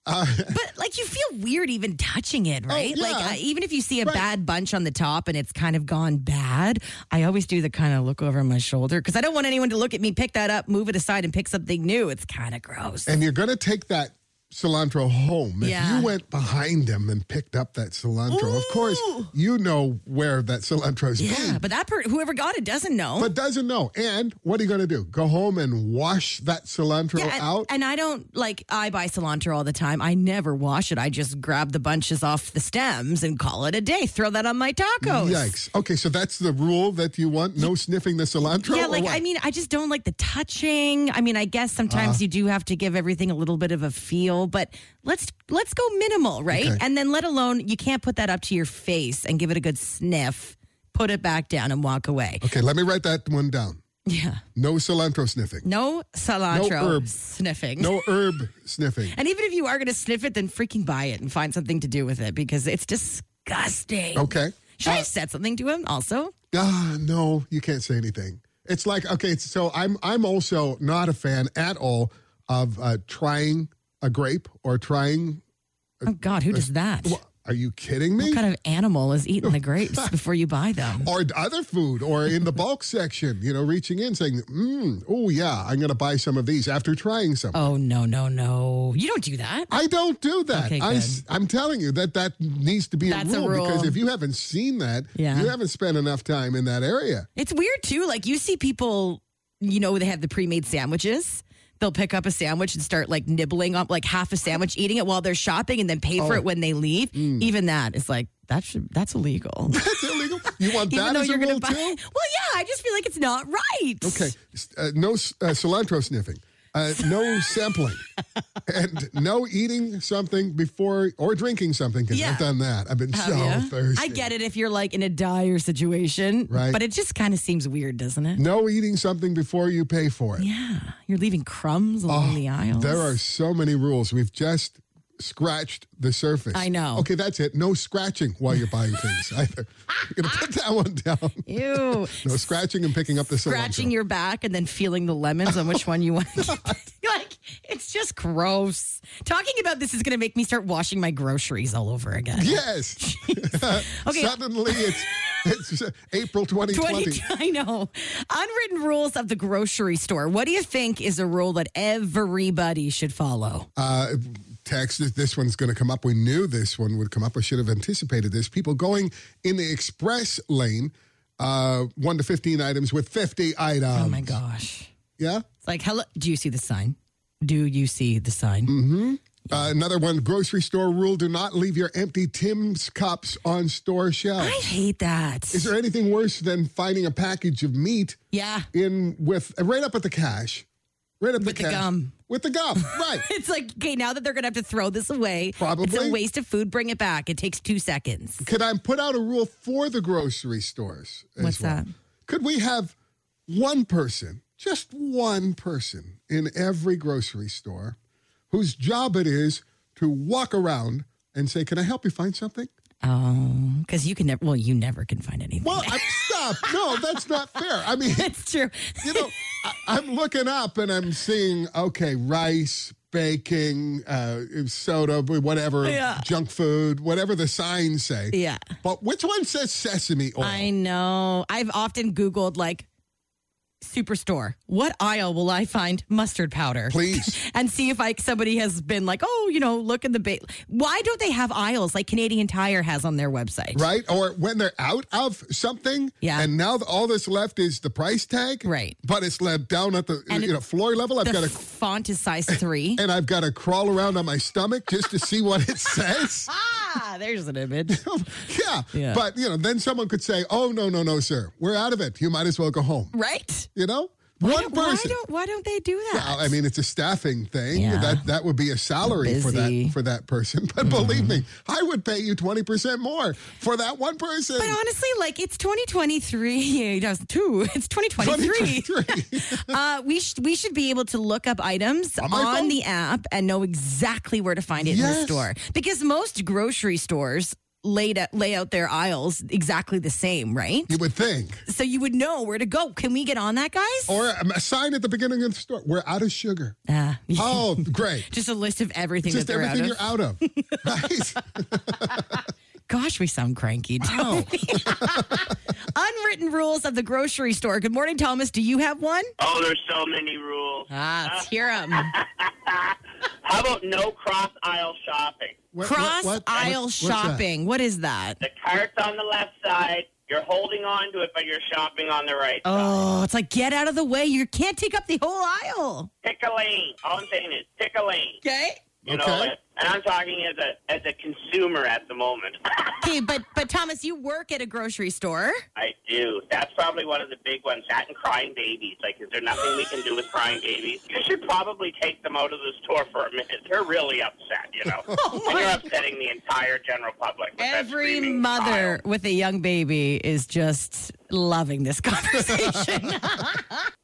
[SPEAKER 5] but like you feel weird even touching it, right?
[SPEAKER 4] Oh, yeah.
[SPEAKER 5] Like uh, even if you see a
[SPEAKER 4] Right.
[SPEAKER 5] bad bunch on the top and it's kind of gone bad, I always do the kind of look over my shoulder because I don't want anyone to look at me, pick that up, move it aside, and pick something new. It's kind of gross.
[SPEAKER 4] And you're going to take that cilantro home.
[SPEAKER 5] Yeah.
[SPEAKER 4] If you went behind him and picked up that cilantro, of course, you know where that cilantro's
[SPEAKER 5] yeah,
[SPEAKER 4] been.
[SPEAKER 5] but that per- whoever got it doesn't know.
[SPEAKER 4] But doesn't know. And what are you going to do? Go home and wash that cilantro
[SPEAKER 5] Yeah, and,
[SPEAKER 4] out?
[SPEAKER 5] and I don't like I buy cilantro all the time. I never wash it. I just grab the bunches off the stems and call it a day. Throw that on my tacos.
[SPEAKER 4] Yikes. Okay, so that's the rule that you want? No sniffing the cilantro?
[SPEAKER 5] Yeah,
[SPEAKER 4] or
[SPEAKER 5] like
[SPEAKER 4] what?
[SPEAKER 5] I mean, I just don't like the touching. I mean, I guess
[SPEAKER 4] Uh-huh.
[SPEAKER 5] sometimes you do have to give everything a little bit of a feel, but let's let's go minimal, right?
[SPEAKER 4] Okay.
[SPEAKER 5] And then let alone you can't put that up to your face and give it a good sniff, put it back down and walk away.
[SPEAKER 4] Okay, let me write that one down.
[SPEAKER 5] Yeah.
[SPEAKER 4] No cilantro sniffing.
[SPEAKER 5] No cilantro
[SPEAKER 4] herb.
[SPEAKER 5] sniffing.
[SPEAKER 4] No herb sniffing.
[SPEAKER 5] And even if you are going to sniff it, then freaking buy it and find something to do with it because it's disgusting.
[SPEAKER 4] Okay.
[SPEAKER 5] Should I have said something to him also?
[SPEAKER 4] Ah, no, you can't say anything. It's like okay, so I'm I'm also not a fan at all of uh, trying a grape or trying.
[SPEAKER 5] Oh, God, who does that? What
[SPEAKER 4] Are you kidding me?
[SPEAKER 5] kind of animal is eating the grapes before you buy them?
[SPEAKER 4] or other food, or in the bulk section, you know, reaching in saying, mm, "Oh yeah, I'm going to buy some of these after trying some."
[SPEAKER 5] Oh, no, no, no. You don't do that.
[SPEAKER 4] I don't do that.
[SPEAKER 5] Okay,
[SPEAKER 4] I, am telling you that that needs to be
[SPEAKER 5] That's a
[SPEAKER 4] a, rule because
[SPEAKER 5] rule.
[SPEAKER 4] if you haven't seen that,
[SPEAKER 5] Yeah.
[SPEAKER 4] you haven't spent enough time in that area.
[SPEAKER 5] It's weird, too. Like, you see people, you know, they have the pre made sandwiches. They'll pick up a sandwich and start like nibbling on like half a sandwich, eating it while they're shopping, and then pay for it when they leave. Even that is like that should that's illegal.
[SPEAKER 4] That's illegal. You want
[SPEAKER 5] Even
[SPEAKER 4] that
[SPEAKER 5] though
[SPEAKER 4] as a
[SPEAKER 5] you're going to
[SPEAKER 4] rule
[SPEAKER 5] buy,
[SPEAKER 4] too?
[SPEAKER 5] well, yeah, I just feel like it's not right. Um,
[SPEAKER 4] Okay. S- Uh, no s- uh, cilantro sniffing. Uh, no sampling. and no eating something before or drinking something because
[SPEAKER 5] Yeah. Oh,
[SPEAKER 4] I've done that. I've been so
[SPEAKER 5] Yeah.
[SPEAKER 4] thirsty.
[SPEAKER 5] I get it if you're like in a dire situation,
[SPEAKER 4] Right.
[SPEAKER 5] But it just kind of seems weird, doesn't it?
[SPEAKER 4] No eating something before you pay for it.
[SPEAKER 5] Yeah, you're leaving crumbs along the aisles.
[SPEAKER 4] Oh, There are so many rules. We've just scratched the surface.
[SPEAKER 5] I know.
[SPEAKER 4] Okay, that's it. No scratching while you're buying things either. I'm going to put that one down.
[SPEAKER 5] Ew.
[SPEAKER 4] No scratching and picking up the
[SPEAKER 5] Scratching
[SPEAKER 4] cilantro.
[SPEAKER 5] your back and then feeling the lemons on which one you want. like it's just gross. Talking about this is going to make me start washing my groceries all over again.
[SPEAKER 4] Yes.
[SPEAKER 5] Okay.
[SPEAKER 4] Suddenly it's it's uh, April
[SPEAKER 5] 20, I know. Unwritten rules of the grocery store. What do you think is a rule that everybody should follow?
[SPEAKER 4] uh, text. this- This one's going to come up. We knew this one would come up. I should have anticipated this. People going in the express lane, uh, one to fifteen items with fifty items.
[SPEAKER 5] oh my gosh.
[SPEAKER 4] Yeah.
[SPEAKER 5] It's like, hello. Do you see the sign? Do you see the sign?
[SPEAKER 4] Uh, another one. Grocery store rule: Do not leave your empty Tim's cups on store shelves.
[SPEAKER 5] I hate that.
[SPEAKER 4] Is there anything worse than finding a package of meat
[SPEAKER 5] yeah.
[SPEAKER 4] in with right up at the cash, right up
[SPEAKER 5] With the
[SPEAKER 4] cash,
[SPEAKER 5] gum.
[SPEAKER 4] with the gum? Right.
[SPEAKER 5] It's like, okay, now that they're going to have to throw this away, it's
[SPEAKER 4] Probably.
[SPEAKER 5] a waste of food. Bring it back. It takes two seconds.
[SPEAKER 4] Could I put out a rule for the grocery stores? As
[SPEAKER 5] What's
[SPEAKER 4] well?
[SPEAKER 5] that?
[SPEAKER 4] Could we have one person, just one person in every grocery store whose job it is to walk around and say, Can I help you find something?
[SPEAKER 5] Oh, because you can never, well, you never can find anything.
[SPEAKER 4] Well, I'm, stop. No, that's not fair. I mean,
[SPEAKER 5] That's true.
[SPEAKER 4] you know, I, I'm looking up and I'm seeing, okay, rice, baking, uh, soda, whatever,
[SPEAKER 5] Yeah.
[SPEAKER 4] junk food, whatever the signs say.
[SPEAKER 5] Yeah.
[SPEAKER 4] But which one says sesame oil?
[SPEAKER 5] I know. I've often Googled like Superstore. What aisle will I find mustard powder?
[SPEAKER 4] Please.
[SPEAKER 5] and see if like somebody has been like, oh, you know, look in the ba-. Why don't they have aisles like Canadian Tire has on their website?
[SPEAKER 4] right? Or when they're out of something,
[SPEAKER 5] Yeah.
[SPEAKER 4] And now th- all that's left is the price tag,
[SPEAKER 5] Right.
[SPEAKER 4] But it's left down at the
[SPEAKER 5] And
[SPEAKER 4] you know floor level. I've
[SPEAKER 5] The
[SPEAKER 4] got to
[SPEAKER 5] font is size three.
[SPEAKER 4] and I've got to crawl around on my stomach just to see what it says.
[SPEAKER 5] ah, there's an image.
[SPEAKER 4] Yeah.
[SPEAKER 5] Yeah.
[SPEAKER 4] but you know, then someone could say, "Oh no, no, no, sir, we're out of it. You might as well go home."
[SPEAKER 5] right?
[SPEAKER 4] You know,
[SPEAKER 5] Why
[SPEAKER 4] one
[SPEAKER 5] don't- why
[SPEAKER 4] person.
[SPEAKER 5] don't why don't they do that?
[SPEAKER 4] Well, I mean, it's a staffing thing.
[SPEAKER 5] Yeah.
[SPEAKER 4] That that would be a salary for that
[SPEAKER 5] Busy.
[SPEAKER 4] for that person. But believe me, I would pay you twenty percent more for that one person.
[SPEAKER 5] But honestly, like it's 2023. Yeah, it does too. It's 2023.
[SPEAKER 4] 23.
[SPEAKER 5] uh, we sh- we should be able to look up items
[SPEAKER 4] On
[SPEAKER 5] on,
[SPEAKER 4] my phone?
[SPEAKER 5] the app and know exactly where to find it in
[SPEAKER 4] Yes.
[SPEAKER 5] the store because most grocery stores laid out, lay out their aisles exactly the same, right?
[SPEAKER 4] you would think.
[SPEAKER 5] So you would know where to go. Can we get on that, guys?
[SPEAKER 4] Or um, a a sign at the beginning of the store. We're out of sugar.
[SPEAKER 5] Uh,
[SPEAKER 4] Oh, great.
[SPEAKER 5] just a list of everything
[SPEAKER 4] Just
[SPEAKER 5] that they're
[SPEAKER 4] everything
[SPEAKER 5] out
[SPEAKER 4] you're
[SPEAKER 5] of.
[SPEAKER 4] out of. Right?
[SPEAKER 5] Gosh, we sound cranky. don't we? Unwritten rules of the grocery store. Good morning, Thomas. Do you have one?
[SPEAKER 8] Oh, there's so many rules.
[SPEAKER 5] Ah, let's hear 'em.
[SPEAKER 8] How about no cross aisle shopping?
[SPEAKER 4] What-
[SPEAKER 5] Cross
[SPEAKER 4] what- what-
[SPEAKER 5] aisle
[SPEAKER 4] what's that?
[SPEAKER 5] shopping. What is that?
[SPEAKER 8] The cart's on the left side. You're holding on to it, but you're shopping on the right side.
[SPEAKER 5] Oh, it's like get out of the way. You can't take up the whole aisle.
[SPEAKER 8] Pick a lane. All I'm saying is pick a lane.
[SPEAKER 5] Okay.
[SPEAKER 8] You
[SPEAKER 4] Okay.
[SPEAKER 8] know, and and I'm talking as a as a consumer at the moment.
[SPEAKER 5] Okay, but but Thomas, you work at a grocery store.
[SPEAKER 8] I do. That's probably one of the big ones. That and crying babies. Like, is there nothing we can do with crying babies? You should probably take them out of the store for a minute. They're really upset, you know. and you're upsetting the entire general public. with that
[SPEAKER 5] Oh Every
[SPEAKER 8] screaming
[SPEAKER 5] mother
[SPEAKER 8] child.
[SPEAKER 5] with a young baby is just loving this conversation.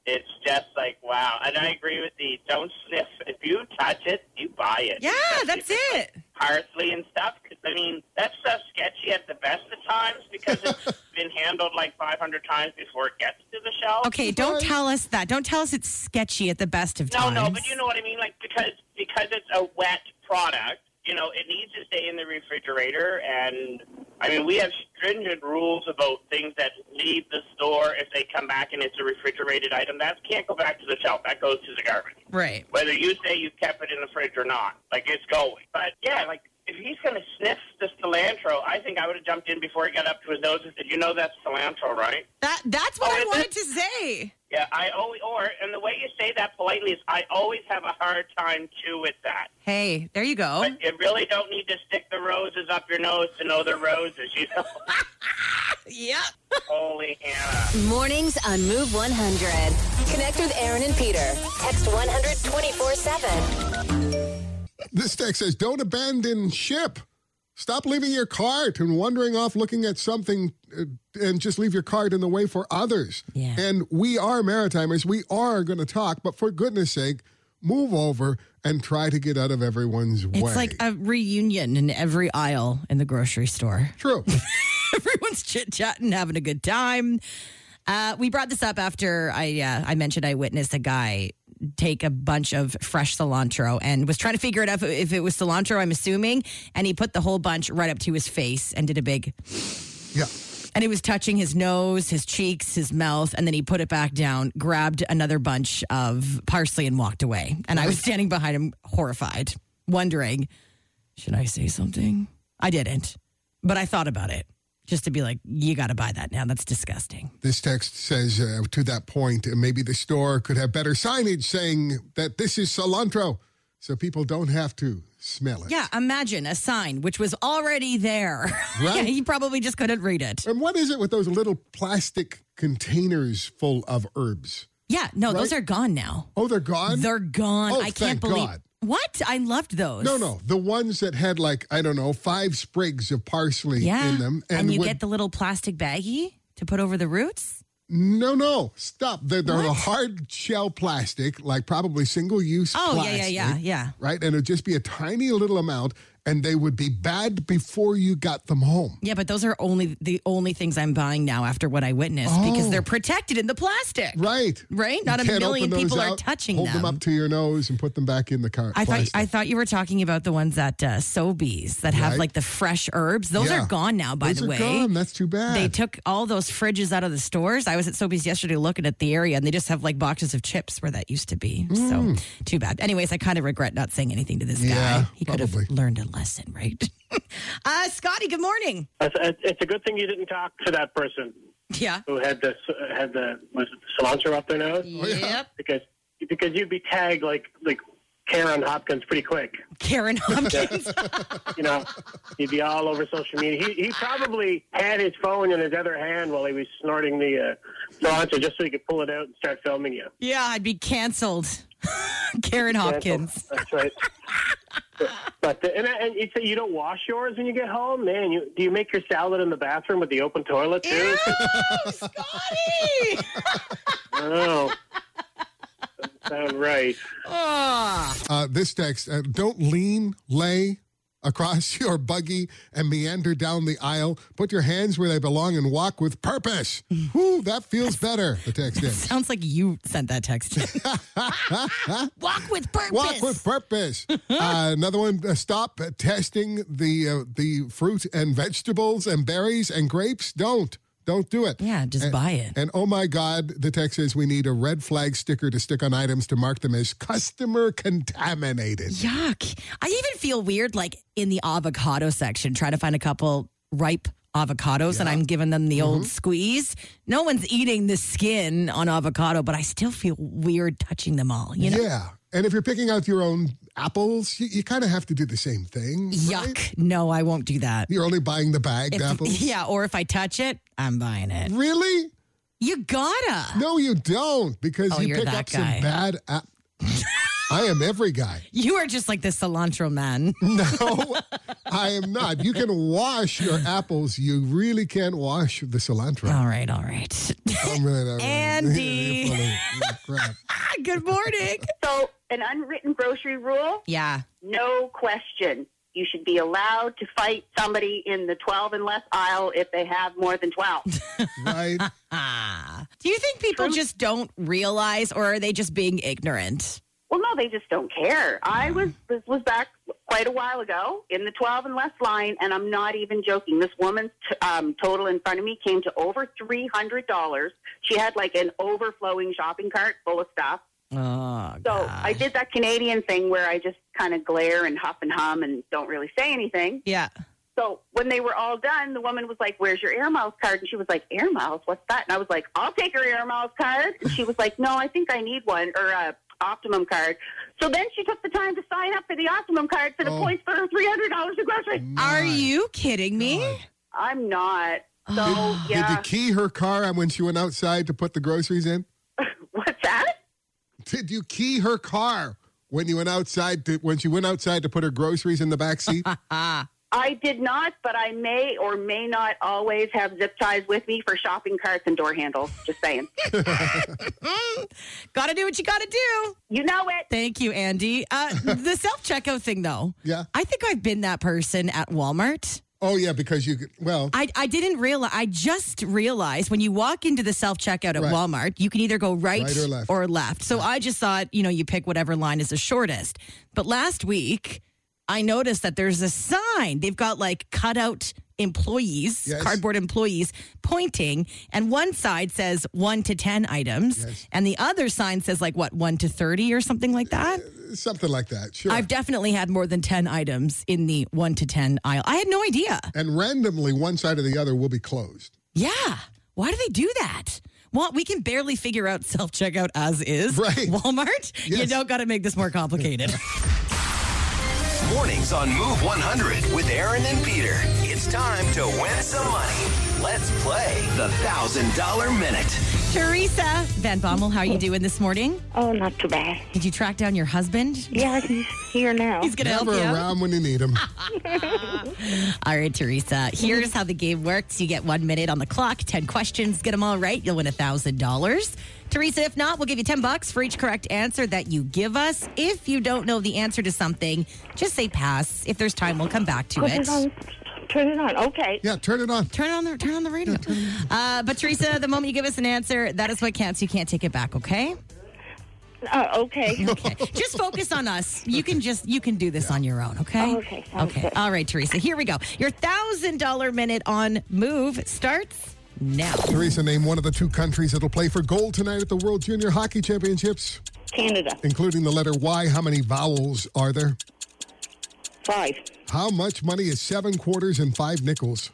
[SPEAKER 8] It's just like wow, and I agree with the don't sniff. If you touch it, you buy it.
[SPEAKER 5] yeah, that's
[SPEAKER 8] Especially if
[SPEAKER 5] it.
[SPEAKER 8] Parsley and stuff. 'cause, I mean, that stuff's sketchy at the best of times because it's been handled like 500 times before it gets to the shelf.
[SPEAKER 5] Okay, don't tell us that. Don't tell us it's sketchy at the best of
[SPEAKER 8] No,
[SPEAKER 5] times.
[SPEAKER 8] no, but you know what I mean. Like because because it's a wet product, you know, it needs to stay in the refrigerator. And I mean, we have stringent rules about things that leave the store if they come back and it's a refrigerated item. That can't go back to the shelf. That goes to the garbage.
[SPEAKER 5] Right.
[SPEAKER 8] Whether you say you kept it in the fridge or not, like it's going. But yeah, like. If he's going to sniff the cilantro, I think I would have jumped in before he got up to his nose and said, "You know that's cilantro, right?"
[SPEAKER 5] That that's what
[SPEAKER 8] Oh,
[SPEAKER 5] I
[SPEAKER 8] is
[SPEAKER 5] wanted
[SPEAKER 8] it?
[SPEAKER 5] to say.
[SPEAKER 8] Yeah, I always, or, and the way you say that politely is I always have a hard time too with that.
[SPEAKER 5] Hey, there you go.
[SPEAKER 8] But you really don't need to stick the roses up your nose to know they're roses, you know?
[SPEAKER 5] Yep.
[SPEAKER 8] Holy Hannah.
[SPEAKER 2] Mornings on Move 100. Connect with Aaron and Peter. Text 100 24 7.
[SPEAKER 4] This text says, don't abandon ship. Stop leaving your cart and wandering off looking at something uh, and just leave your cart in the way for others.
[SPEAKER 5] Yeah.
[SPEAKER 4] And we are Maritimers. We are going to talk, but for goodness sake, move over and try to get out of everyone's way.
[SPEAKER 5] It's like a reunion in every aisle in the grocery store.
[SPEAKER 4] True.
[SPEAKER 5] everyone's chit chatting, having a good time. Uh, we brought this up after I uh, I mentioned I witnessed a guy take a bunch of fresh cilantro and was trying to figure it out if it was cilantro. I'm assuming, and he put the whole bunch right up to his face and did a big.
[SPEAKER 4] yeah.
[SPEAKER 5] And it was touching his nose, his cheeks, his mouth, and then he put it back down, grabbed another bunch of parsley, and walked away. And I was standing behind him, horrified, wondering, should I say something? I didn't, but I thought about it just to be like, you got to buy that now. That's disgusting.
[SPEAKER 4] This text says, uh, to that point, uh, maybe the store could have better signage saying that this is cilantro so people don't have to smell it.
[SPEAKER 5] Yeah, imagine a sign which was already there.
[SPEAKER 4] Right.
[SPEAKER 5] yeah, he probably just couldn't read it.
[SPEAKER 4] And what is it with those little plastic containers full of herbs?
[SPEAKER 5] Yeah, no, those
[SPEAKER 4] Right.
[SPEAKER 5] are gone now.
[SPEAKER 4] Oh, they're gone?
[SPEAKER 5] They're gone.
[SPEAKER 4] Oh,
[SPEAKER 5] I can't
[SPEAKER 4] thank
[SPEAKER 5] believe
[SPEAKER 4] God.
[SPEAKER 5] what I loved those.
[SPEAKER 4] No, no. The ones that had like, I don't know, five sprigs of parsley
[SPEAKER 5] Yeah.
[SPEAKER 4] in them.
[SPEAKER 5] And, you
[SPEAKER 4] would-
[SPEAKER 5] get the little plastic baggie to put over the roots?
[SPEAKER 4] No, no. Stop. They're, they're a hard shell plastic, like probably single use
[SPEAKER 5] Oh,
[SPEAKER 4] plastic.
[SPEAKER 5] yeah, yeah, yeah, yeah.
[SPEAKER 4] Right? And it'd just be a tiny little amount. and they would be bad before you got them home.
[SPEAKER 5] Yeah, but those are only the only things I'm buying now after what I witnessed because they're protected in the plastic.
[SPEAKER 4] Right.
[SPEAKER 5] Oh. Right? Not a
[SPEAKER 4] can't
[SPEAKER 5] million
[SPEAKER 4] open those
[SPEAKER 5] people are
[SPEAKER 4] out,
[SPEAKER 5] touching
[SPEAKER 4] hold
[SPEAKER 5] them.
[SPEAKER 4] them up to your nose and put them back in the car.
[SPEAKER 5] I thought
[SPEAKER 4] plastic.
[SPEAKER 5] I thought you were talking about the ones at uh, Sobeys that have
[SPEAKER 4] Right.
[SPEAKER 5] like the fresh herbs. Those
[SPEAKER 4] Yeah.
[SPEAKER 5] are gone now, by
[SPEAKER 4] Those
[SPEAKER 5] the
[SPEAKER 4] are
[SPEAKER 5] way.
[SPEAKER 4] gone. That's too bad.
[SPEAKER 5] They took all those fridges out of the stores. I was at Sobeys yesterday looking at the area, and they just have like boxes of chips where that used to be. So too bad. Anyways, I kind of regret not saying anything to this
[SPEAKER 4] Yeah,
[SPEAKER 5] guy. He could have
[SPEAKER 4] probably.
[SPEAKER 5] learned a lesson, right? uh, Scotty, good morning.
[SPEAKER 8] It's it's a good thing you didn't talk to that person
[SPEAKER 5] Yeah.
[SPEAKER 8] who had the had the was it the cilantro up their nose
[SPEAKER 5] Yep.
[SPEAKER 8] because because you'd be tagged like like Karen Hopkins pretty quick.
[SPEAKER 5] Karen Hopkins.
[SPEAKER 8] you know, he'd be all over social media. He, he probably had his phone in his other hand while he was snorting the uh, cilantro just so he could pull it out and start filming you.
[SPEAKER 5] yeah, I'd be canceled. Karen Hopkins.
[SPEAKER 8] That's right. But the, and, and you say you don't wash yours when you get home, man. You do you make your salad in the bathroom with the open toilet too?
[SPEAKER 5] Ew, Scotty.
[SPEAKER 8] Oh, doesn't sound right.
[SPEAKER 5] Ah.
[SPEAKER 4] uh, this text uh, don't lean lay across your buggy and meander down the aisle put your hands where they belong and walk with purpose
[SPEAKER 5] Mm.
[SPEAKER 4] Whew, that feels better the text is
[SPEAKER 5] Sounds like you sent that text. Walk with purpose.
[SPEAKER 4] walk with purpose uh, another one uh, stop testing the uh, the fruit and vegetables and berries and grapes don't don't do it
[SPEAKER 5] Yeah, just buy it.
[SPEAKER 4] And oh my God, the text says we need a red flag sticker to stick on items to mark them as customer contaminated.
[SPEAKER 5] Yuck. I even feel weird like in the avocado section trying to find a couple ripe avocados and I'm giving them the
[SPEAKER 4] Mm-hmm.
[SPEAKER 5] old squeeze. No one's eating the skin on avocado, but I still feel weird touching them all, you know?
[SPEAKER 4] Yeah. And if you're picking out your own apples, you, you kind of have to do the same thing. right?
[SPEAKER 5] Yuck. No, I won't do that.
[SPEAKER 4] You're only buying the bagged
[SPEAKER 5] If-
[SPEAKER 4] apples.
[SPEAKER 5] yeah, or if I touch it, I'm buying it.
[SPEAKER 4] Really?
[SPEAKER 5] You gotta.
[SPEAKER 4] No, you don't because
[SPEAKER 5] Oh,
[SPEAKER 4] you
[SPEAKER 5] you're
[SPEAKER 4] pick
[SPEAKER 5] that
[SPEAKER 4] up
[SPEAKER 5] guy.
[SPEAKER 4] some bad app. I am every guy.
[SPEAKER 5] You are just like the cilantro man.
[SPEAKER 4] No, I am not. You can wash your apples. You really can't wash the cilantro.
[SPEAKER 5] all right, all right.
[SPEAKER 4] I'm really not-
[SPEAKER 5] Andy.
[SPEAKER 4] You're full of crap.
[SPEAKER 5] Good morning.
[SPEAKER 9] So, an unwritten grocery rule
[SPEAKER 5] Yeah.
[SPEAKER 9] no question. You should be allowed to fight somebody in the 12 and less aisle if they have more than 12.
[SPEAKER 4] right?
[SPEAKER 5] Ah. Do you think people just don't realize or are they just being ignorant?
[SPEAKER 9] well, no, they just don't care. I was, this was back quite a while ago in the 12 and less line, and I'm not even joking. This woman's t- um, total in front of me came to over $300. She had like an overflowing shopping cart full of stuff.
[SPEAKER 5] Oh,
[SPEAKER 9] So I did that Canadian thing where I just kind of glare and huff and hum and don't really say anything.
[SPEAKER 5] Yeah.
[SPEAKER 9] So when they were all done, the woman was like, "Where's your air miles card?" And she was like, "Air miles? What's that?" And I was like, "I'll take her air miles card." And she was like, "No, I think I need one or a optimum card." So then she took the time to sign up for the optimum card for the
[SPEAKER 4] Oh.
[SPEAKER 9] points for her three hundred dollars of groceries.
[SPEAKER 5] Are
[SPEAKER 4] My
[SPEAKER 5] you kidding me?
[SPEAKER 4] God.
[SPEAKER 9] I'm not. So
[SPEAKER 4] Did, did
[SPEAKER 9] yeah,
[SPEAKER 4] you key her car when she went outside to put the groceries in?
[SPEAKER 9] what's that?
[SPEAKER 4] Did you key her car when you went outside to when she went outside to put her groceries in the back seat?
[SPEAKER 9] I did not, but I may or may not always have zip ties with me for shopping carts and door handles. Just saying.
[SPEAKER 5] Gotta do what you gotta do.
[SPEAKER 9] you know it.
[SPEAKER 5] Thank you, Andy. Uh, the self checkout thing, though.
[SPEAKER 4] Yeah.
[SPEAKER 5] I think I've been that person at Walmart.
[SPEAKER 4] oh yeah, because you could- well
[SPEAKER 5] I, I didn't realize, I just realized when you walk into the self checkout at
[SPEAKER 4] Right.
[SPEAKER 5] Walmart, you can either go right,
[SPEAKER 4] Right or left.
[SPEAKER 5] left. So I just thought, you know, you pick whatever line is the shortest. But last week, I noticed that there's a sign. They've got like cutout employees,
[SPEAKER 4] Yes.
[SPEAKER 5] cardboard employees pointing, and one side says one to 10 items,
[SPEAKER 4] Yes.
[SPEAKER 5] and the other sign says like what, one to 30 or something like that?
[SPEAKER 4] something like that. Sure.
[SPEAKER 5] I've definitely had more than 10 items in the one to 10 aisle. I had no idea.
[SPEAKER 4] and randomly, one side or the other will be closed.
[SPEAKER 5] Yeah. Why do they do that? Well, we can barely figure out self checkout as is.
[SPEAKER 4] Right.
[SPEAKER 5] Walmart, you
[SPEAKER 4] Yes.
[SPEAKER 5] don't got to make this more complicated.
[SPEAKER 1] Mornings on Move 100 with Aaron and Peter. It's time to win some money. Let's play the $1,000 Minute.
[SPEAKER 5] Teresa Van Bommel, how are you doing this morning?
[SPEAKER 10] Oh, not too bad.
[SPEAKER 5] Did you track down your husband?
[SPEAKER 10] Yeah, he's here now.
[SPEAKER 5] He's going to help
[SPEAKER 4] Never
[SPEAKER 5] you.
[SPEAKER 4] around when you need them.
[SPEAKER 5] All right, Teresa. Here's how the game works. You get one minute on the clock, 10 questions, get them all right. You'll win $1,000. Teresa, if not, we'll give you 10 bucks for each correct answer that you give us. If you don't know the answer to something, just say pass. If there's time, we'll come back to
[SPEAKER 10] Put
[SPEAKER 5] it.
[SPEAKER 10] it on. Turn it on. Okay.
[SPEAKER 4] Yeah, turn it on.
[SPEAKER 5] Turn on the turn on the radio. Uh, but Teresa, the moment you give us an answer, that is what counts. You can't take it back, okay?
[SPEAKER 10] Uh, okay.
[SPEAKER 5] Okay. just focus on us. You can just you can do this on your own, okay?
[SPEAKER 10] Oh, okay. Sounds
[SPEAKER 5] Okay.
[SPEAKER 10] good.
[SPEAKER 5] All right, Teresa. Here we go. Your thousand dollar minute on move starts now.
[SPEAKER 4] Teresa, name one of the two countries that'll play for gold tonight at the World Junior Hockey Championships,
[SPEAKER 10] Canada.
[SPEAKER 4] including the letter Y. How many vowels are there?
[SPEAKER 10] Five.
[SPEAKER 4] How much money is seven quarters and five nickels?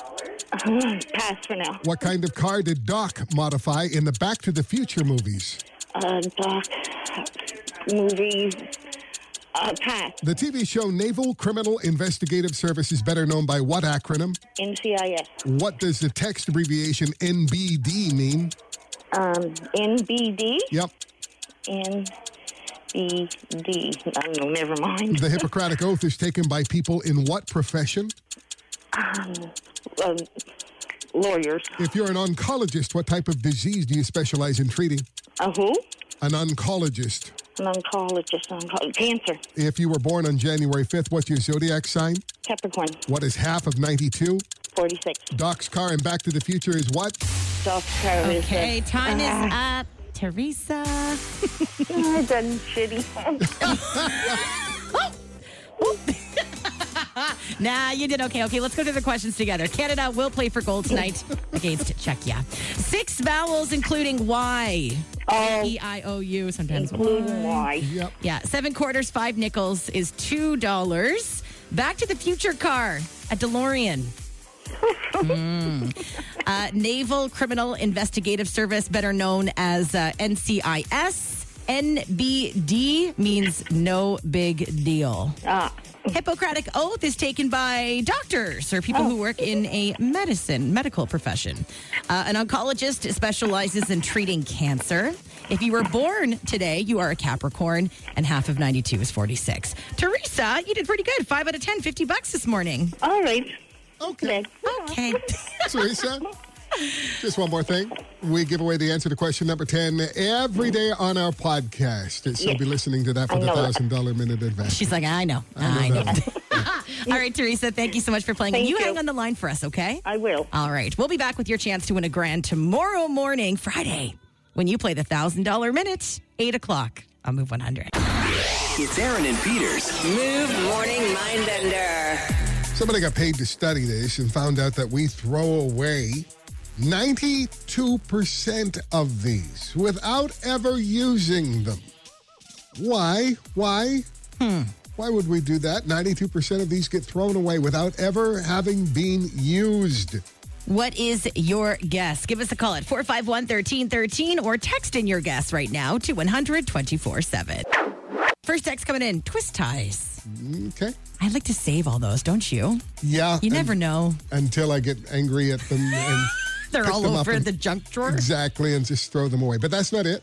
[SPEAKER 10] Pass for now.
[SPEAKER 4] What kind of car did Doc modify in the Back to the Future movies?
[SPEAKER 10] Uh, doc. Movies. Uh, pass.
[SPEAKER 4] The TV show Naval Criminal Investigative Service is better known by what acronym?
[SPEAKER 10] NCIS.
[SPEAKER 4] What does the text abbreviation NBD mean?
[SPEAKER 10] Um, NBD.
[SPEAKER 4] Yep.
[SPEAKER 10] NBD. E I don't know. Never mind.
[SPEAKER 4] The Hippocratic Oath is taken by people in what profession?
[SPEAKER 10] um, lawyers.
[SPEAKER 4] If you're an oncologist, what type of disease do you specialize in treating?
[SPEAKER 10] A who?
[SPEAKER 4] An oncologist.
[SPEAKER 10] An oncologist. Onco- cancer.
[SPEAKER 4] If you were born on January 5th, what's your zodiac sign?
[SPEAKER 10] Capricorn.
[SPEAKER 4] What is half of 92?
[SPEAKER 10] 46.
[SPEAKER 4] Doc's car and Back to the Future is what?
[SPEAKER 10] Doc Carver is the-
[SPEAKER 5] Okay, time is up. Teresa.
[SPEAKER 10] Uh, I've done shitty.
[SPEAKER 5] Nah, you did okay. Okay, let's go to the questions together. Canada will play for gold tonight against Czechia. Six vowels, including Y.
[SPEAKER 10] oh,
[SPEAKER 5] E I O U, sometimes
[SPEAKER 10] including why.
[SPEAKER 4] Yep.
[SPEAKER 5] Yeah, seven quarters, five nickels is two dollars. Back to the Future car, a DeLorean. Mm. Uh, Naval Criminal Investigative Service, better known as uh, NCIS. NBD means no big deal.
[SPEAKER 10] Ah,
[SPEAKER 5] Hippocratic oath is taken by doctors or people who work in a medicine, medical profession. Uh, an oncologist specializes in treating cancer. If you were born today, you are a Capricorn, and half of 92 is 46. Teresa, you did pretty good. Five out of 10, 50 bucks this morning.
[SPEAKER 9] Oh,
[SPEAKER 10] all right.
[SPEAKER 4] Okay.
[SPEAKER 5] Okay.
[SPEAKER 4] Teresa, just one more thing. We give away the answer to question number 10 every day on our podcast. So be listening to that for
[SPEAKER 10] I
[SPEAKER 4] the
[SPEAKER 10] know that.
[SPEAKER 4] $1,000 minute advance.
[SPEAKER 5] She's like, I know. I know.
[SPEAKER 4] that.
[SPEAKER 5] All right, Teresa, thank you so much for playing.
[SPEAKER 10] Thank
[SPEAKER 5] you,
[SPEAKER 10] you.
[SPEAKER 5] hang on the line for us, okay?
[SPEAKER 10] I will.
[SPEAKER 5] All right. We'll be back with your chance to win a grand tomorrow morning, Friday, when you play the $1,000 minute, 8 o'clock on Move 100.
[SPEAKER 1] It's Aaron and Peter's.
[SPEAKER 2] Move Morning Mindbender.
[SPEAKER 4] Somebody got paid to study this and found out that we throw away 92% of these without ever using them. Why? Why?
[SPEAKER 5] Hmm.
[SPEAKER 4] Why would we do that? 92% of these get thrown away without ever having been used.
[SPEAKER 5] What is your guess? Give us a call at 451 1313 or text in your guess right now to 100 7. First text coming in Twist ties.
[SPEAKER 4] Okay.
[SPEAKER 5] I like to save all those, don't you?
[SPEAKER 4] Yeah.
[SPEAKER 5] You never
[SPEAKER 4] un-
[SPEAKER 5] know.
[SPEAKER 4] Until I get angry at them and
[SPEAKER 5] They're
[SPEAKER 4] pick
[SPEAKER 5] all
[SPEAKER 4] them up
[SPEAKER 5] over
[SPEAKER 4] and-
[SPEAKER 5] the junk drawer.
[SPEAKER 4] exactly and just throw them away. But that's not it.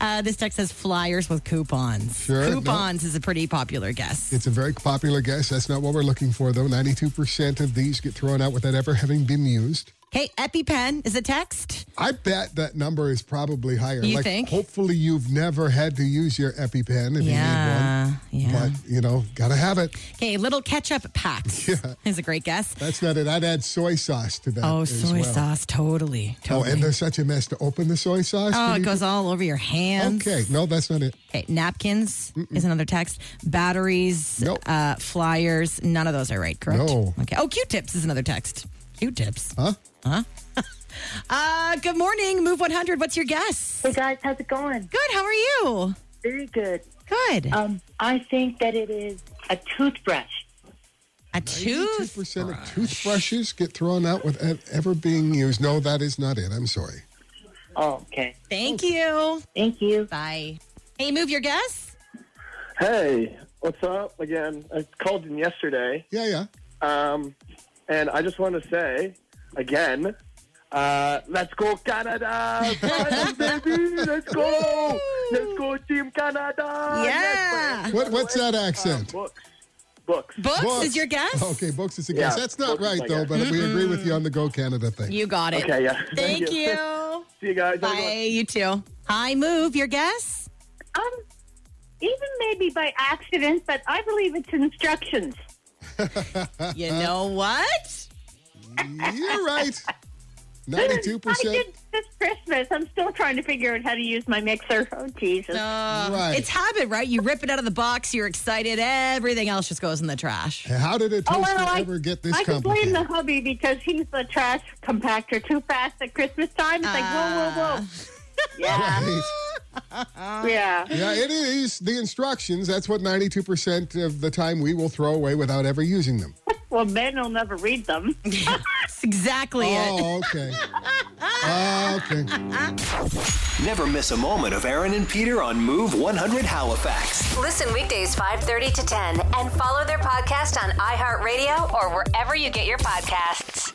[SPEAKER 5] Uh, this text says flyers with coupons.
[SPEAKER 4] Sure, no.
[SPEAKER 5] coupons is a pretty popular guess.
[SPEAKER 4] It's a very popular guess. That's not what we're looking for, though. 92% of these get thrown out without ever having been used.
[SPEAKER 5] Okay, EpiPen is a text.
[SPEAKER 4] I bet that number is probably higher.
[SPEAKER 5] You
[SPEAKER 4] like,
[SPEAKER 5] think?
[SPEAKER 4] Hopefully, you've never had to use your EpiPen if
[SPEAKER 5] Yeah,
[SPEAKER 4] you need
[SPEAKER 5] yeah.
[SPEAKER 4] one. But, you know, gotta have it.
[SPEAKER 5] Okay, little ketchup packs is a great guess.
[SPEAKER 4] That's not it. I'd add soy sauce to that.
[SPEAKER 5] Oh,
[SPEAKER 4] as
[SPEAKER 5] soy
[SPEAKER 4] well.
[SPEAKER 5] sauce, totally,
[SPEAKER 4] Oh,
[SPEAKER 5] totally.
[SPEAKER 4] and there's such a mess to open the soy sauce.
[SPEAKER 5] Oh,
[SPEAKER 4] Can
[SPEAKER 5] it
[SPEAKER 4] you-
[SPEAKER 5] goes all over your hands.
[SPEAKER 4] Okay, no, that's not it.
[SPEAKER 5] Okay, napkins is another text. Batteries,
[SPEAKER 4] Nope.
[SPEAKER 5] uh, flyers, none of those are right, correct?
[SPEAKER 4] No.
[SPEAKER 5] Okay. Oh, Q-tips is another text. Q-tips. Uh-huh.
[SPEAKER 4] Huh?
[SPEAKER 5] Uh, good morning, Move 100. What's your guess?
[SPEAKER 11] Hey guys, how's it going?
[SPEAKER 5] Good, how are you?
[SPEAKER 11] Very good.
[SPEAKER 5] Good.
[SPEAKER 11] Um, I think that it is a toothbrush.
[SPEAKER 5] a tooth.
[SPEAKER 4] 2% of toothbrushes get thrown out without ever being used. No, that is not it. I'm sorry.
[SPEAKER 11] Oh, okay.
[SPEAKER 5] Thank you.
[SPEAKER 11] Thank you.
[SPEAKER 5] Bye. Hey, Move, your guess?
[SPEAKER 12] Hey, what's up again? I called in yesterday,
[SPEAKER 4] Yeah, yeah.
[SPEAKER 12] um, and I just want to say again,
[SPEAKER 8] Uh, let's go Canada! Finally, baby! Let's go! Let's go Team
[SPEAKER 11] Uh,
[SPEAKER 8] Canada!
[SPEAKER 5] Yeah.
[SPEAKER 4] What, what's that accent?
[SPEAKER 8] Books. Books.
[SPEAKER 5] Books, is your guess?
[SPEAKER 4] Okay, books is a guess.
[SPEAKER 8] Yeah,
[SPEAKER 4] That's not
[SPEAKER 8] books is
[SPEAKER 4] right,
[SPEAKER 8] my
[SPEAKER 4] though,
[SPEAKER 8] guess.
[SPEAKER 4] but we agree with you on the Go Canada thing.
[SPEAKER 5] You got it.
[SPEAKER 8] Okay, yeah.
[SPEAKER 5] Thank you.
[SPEAKER 8] See you guys. Have a good one.
[SPEAKER 5] Bye. You too. Hi, move. Your guess?
[SPEAKER 9] Um, even maybe by accident, but I believe it's instructions.
[SPEAKER 4] Uh,
[SPEAKER 5] You know what?
[SPEAKER 4] You're right.
[SPEAKER 9] I
[SPEAKER 4] 92%.
[SPEAKER 9] did this Christmas. I'm still trying to figure out how to use my mixer. Oh, Jesus.
[SPEAKER 5] Uh,
[SPEAKER 4] Right.
[SPEAKER 5] It's habit, right? You rip it out of the box. You're excited. Everything else just goes in the trash.
[SPEAKER 4] How did a
[SPEAKER 9] Oh,
[SPEAKER 4] toaster
[SPEAKER 9] well, I,
[SPEAKER 4] ever get this
[SPEAKER 9] I can blame
[SPEAKER 4] complicated?
[SPEAKER 9] the hubby because he's the trash compactor too fast at Christmas time. It's like, whoa, whoa, whoa. Yeah,
[SPEAKER 4] Right.
[SPEAKER 9] yeah.
[SPEAKER 4] Yeah, it is the instructions. That's what 92% of the time we will throw away without ever using them.
[SPEAKER 9] Well, men will never read them.
[SPEAKER 5] That's exactly it.
[SPEAKER 4] Oh, okay. okay.
[SPEAKER 1] Never miss a moment of Aaron and Peter on Move 100 Halifax.
[SPEAKER 2] Listen weekdays 5:30 to 10 and follow their podcast on iHeartRadio or wherever you get your podcasts.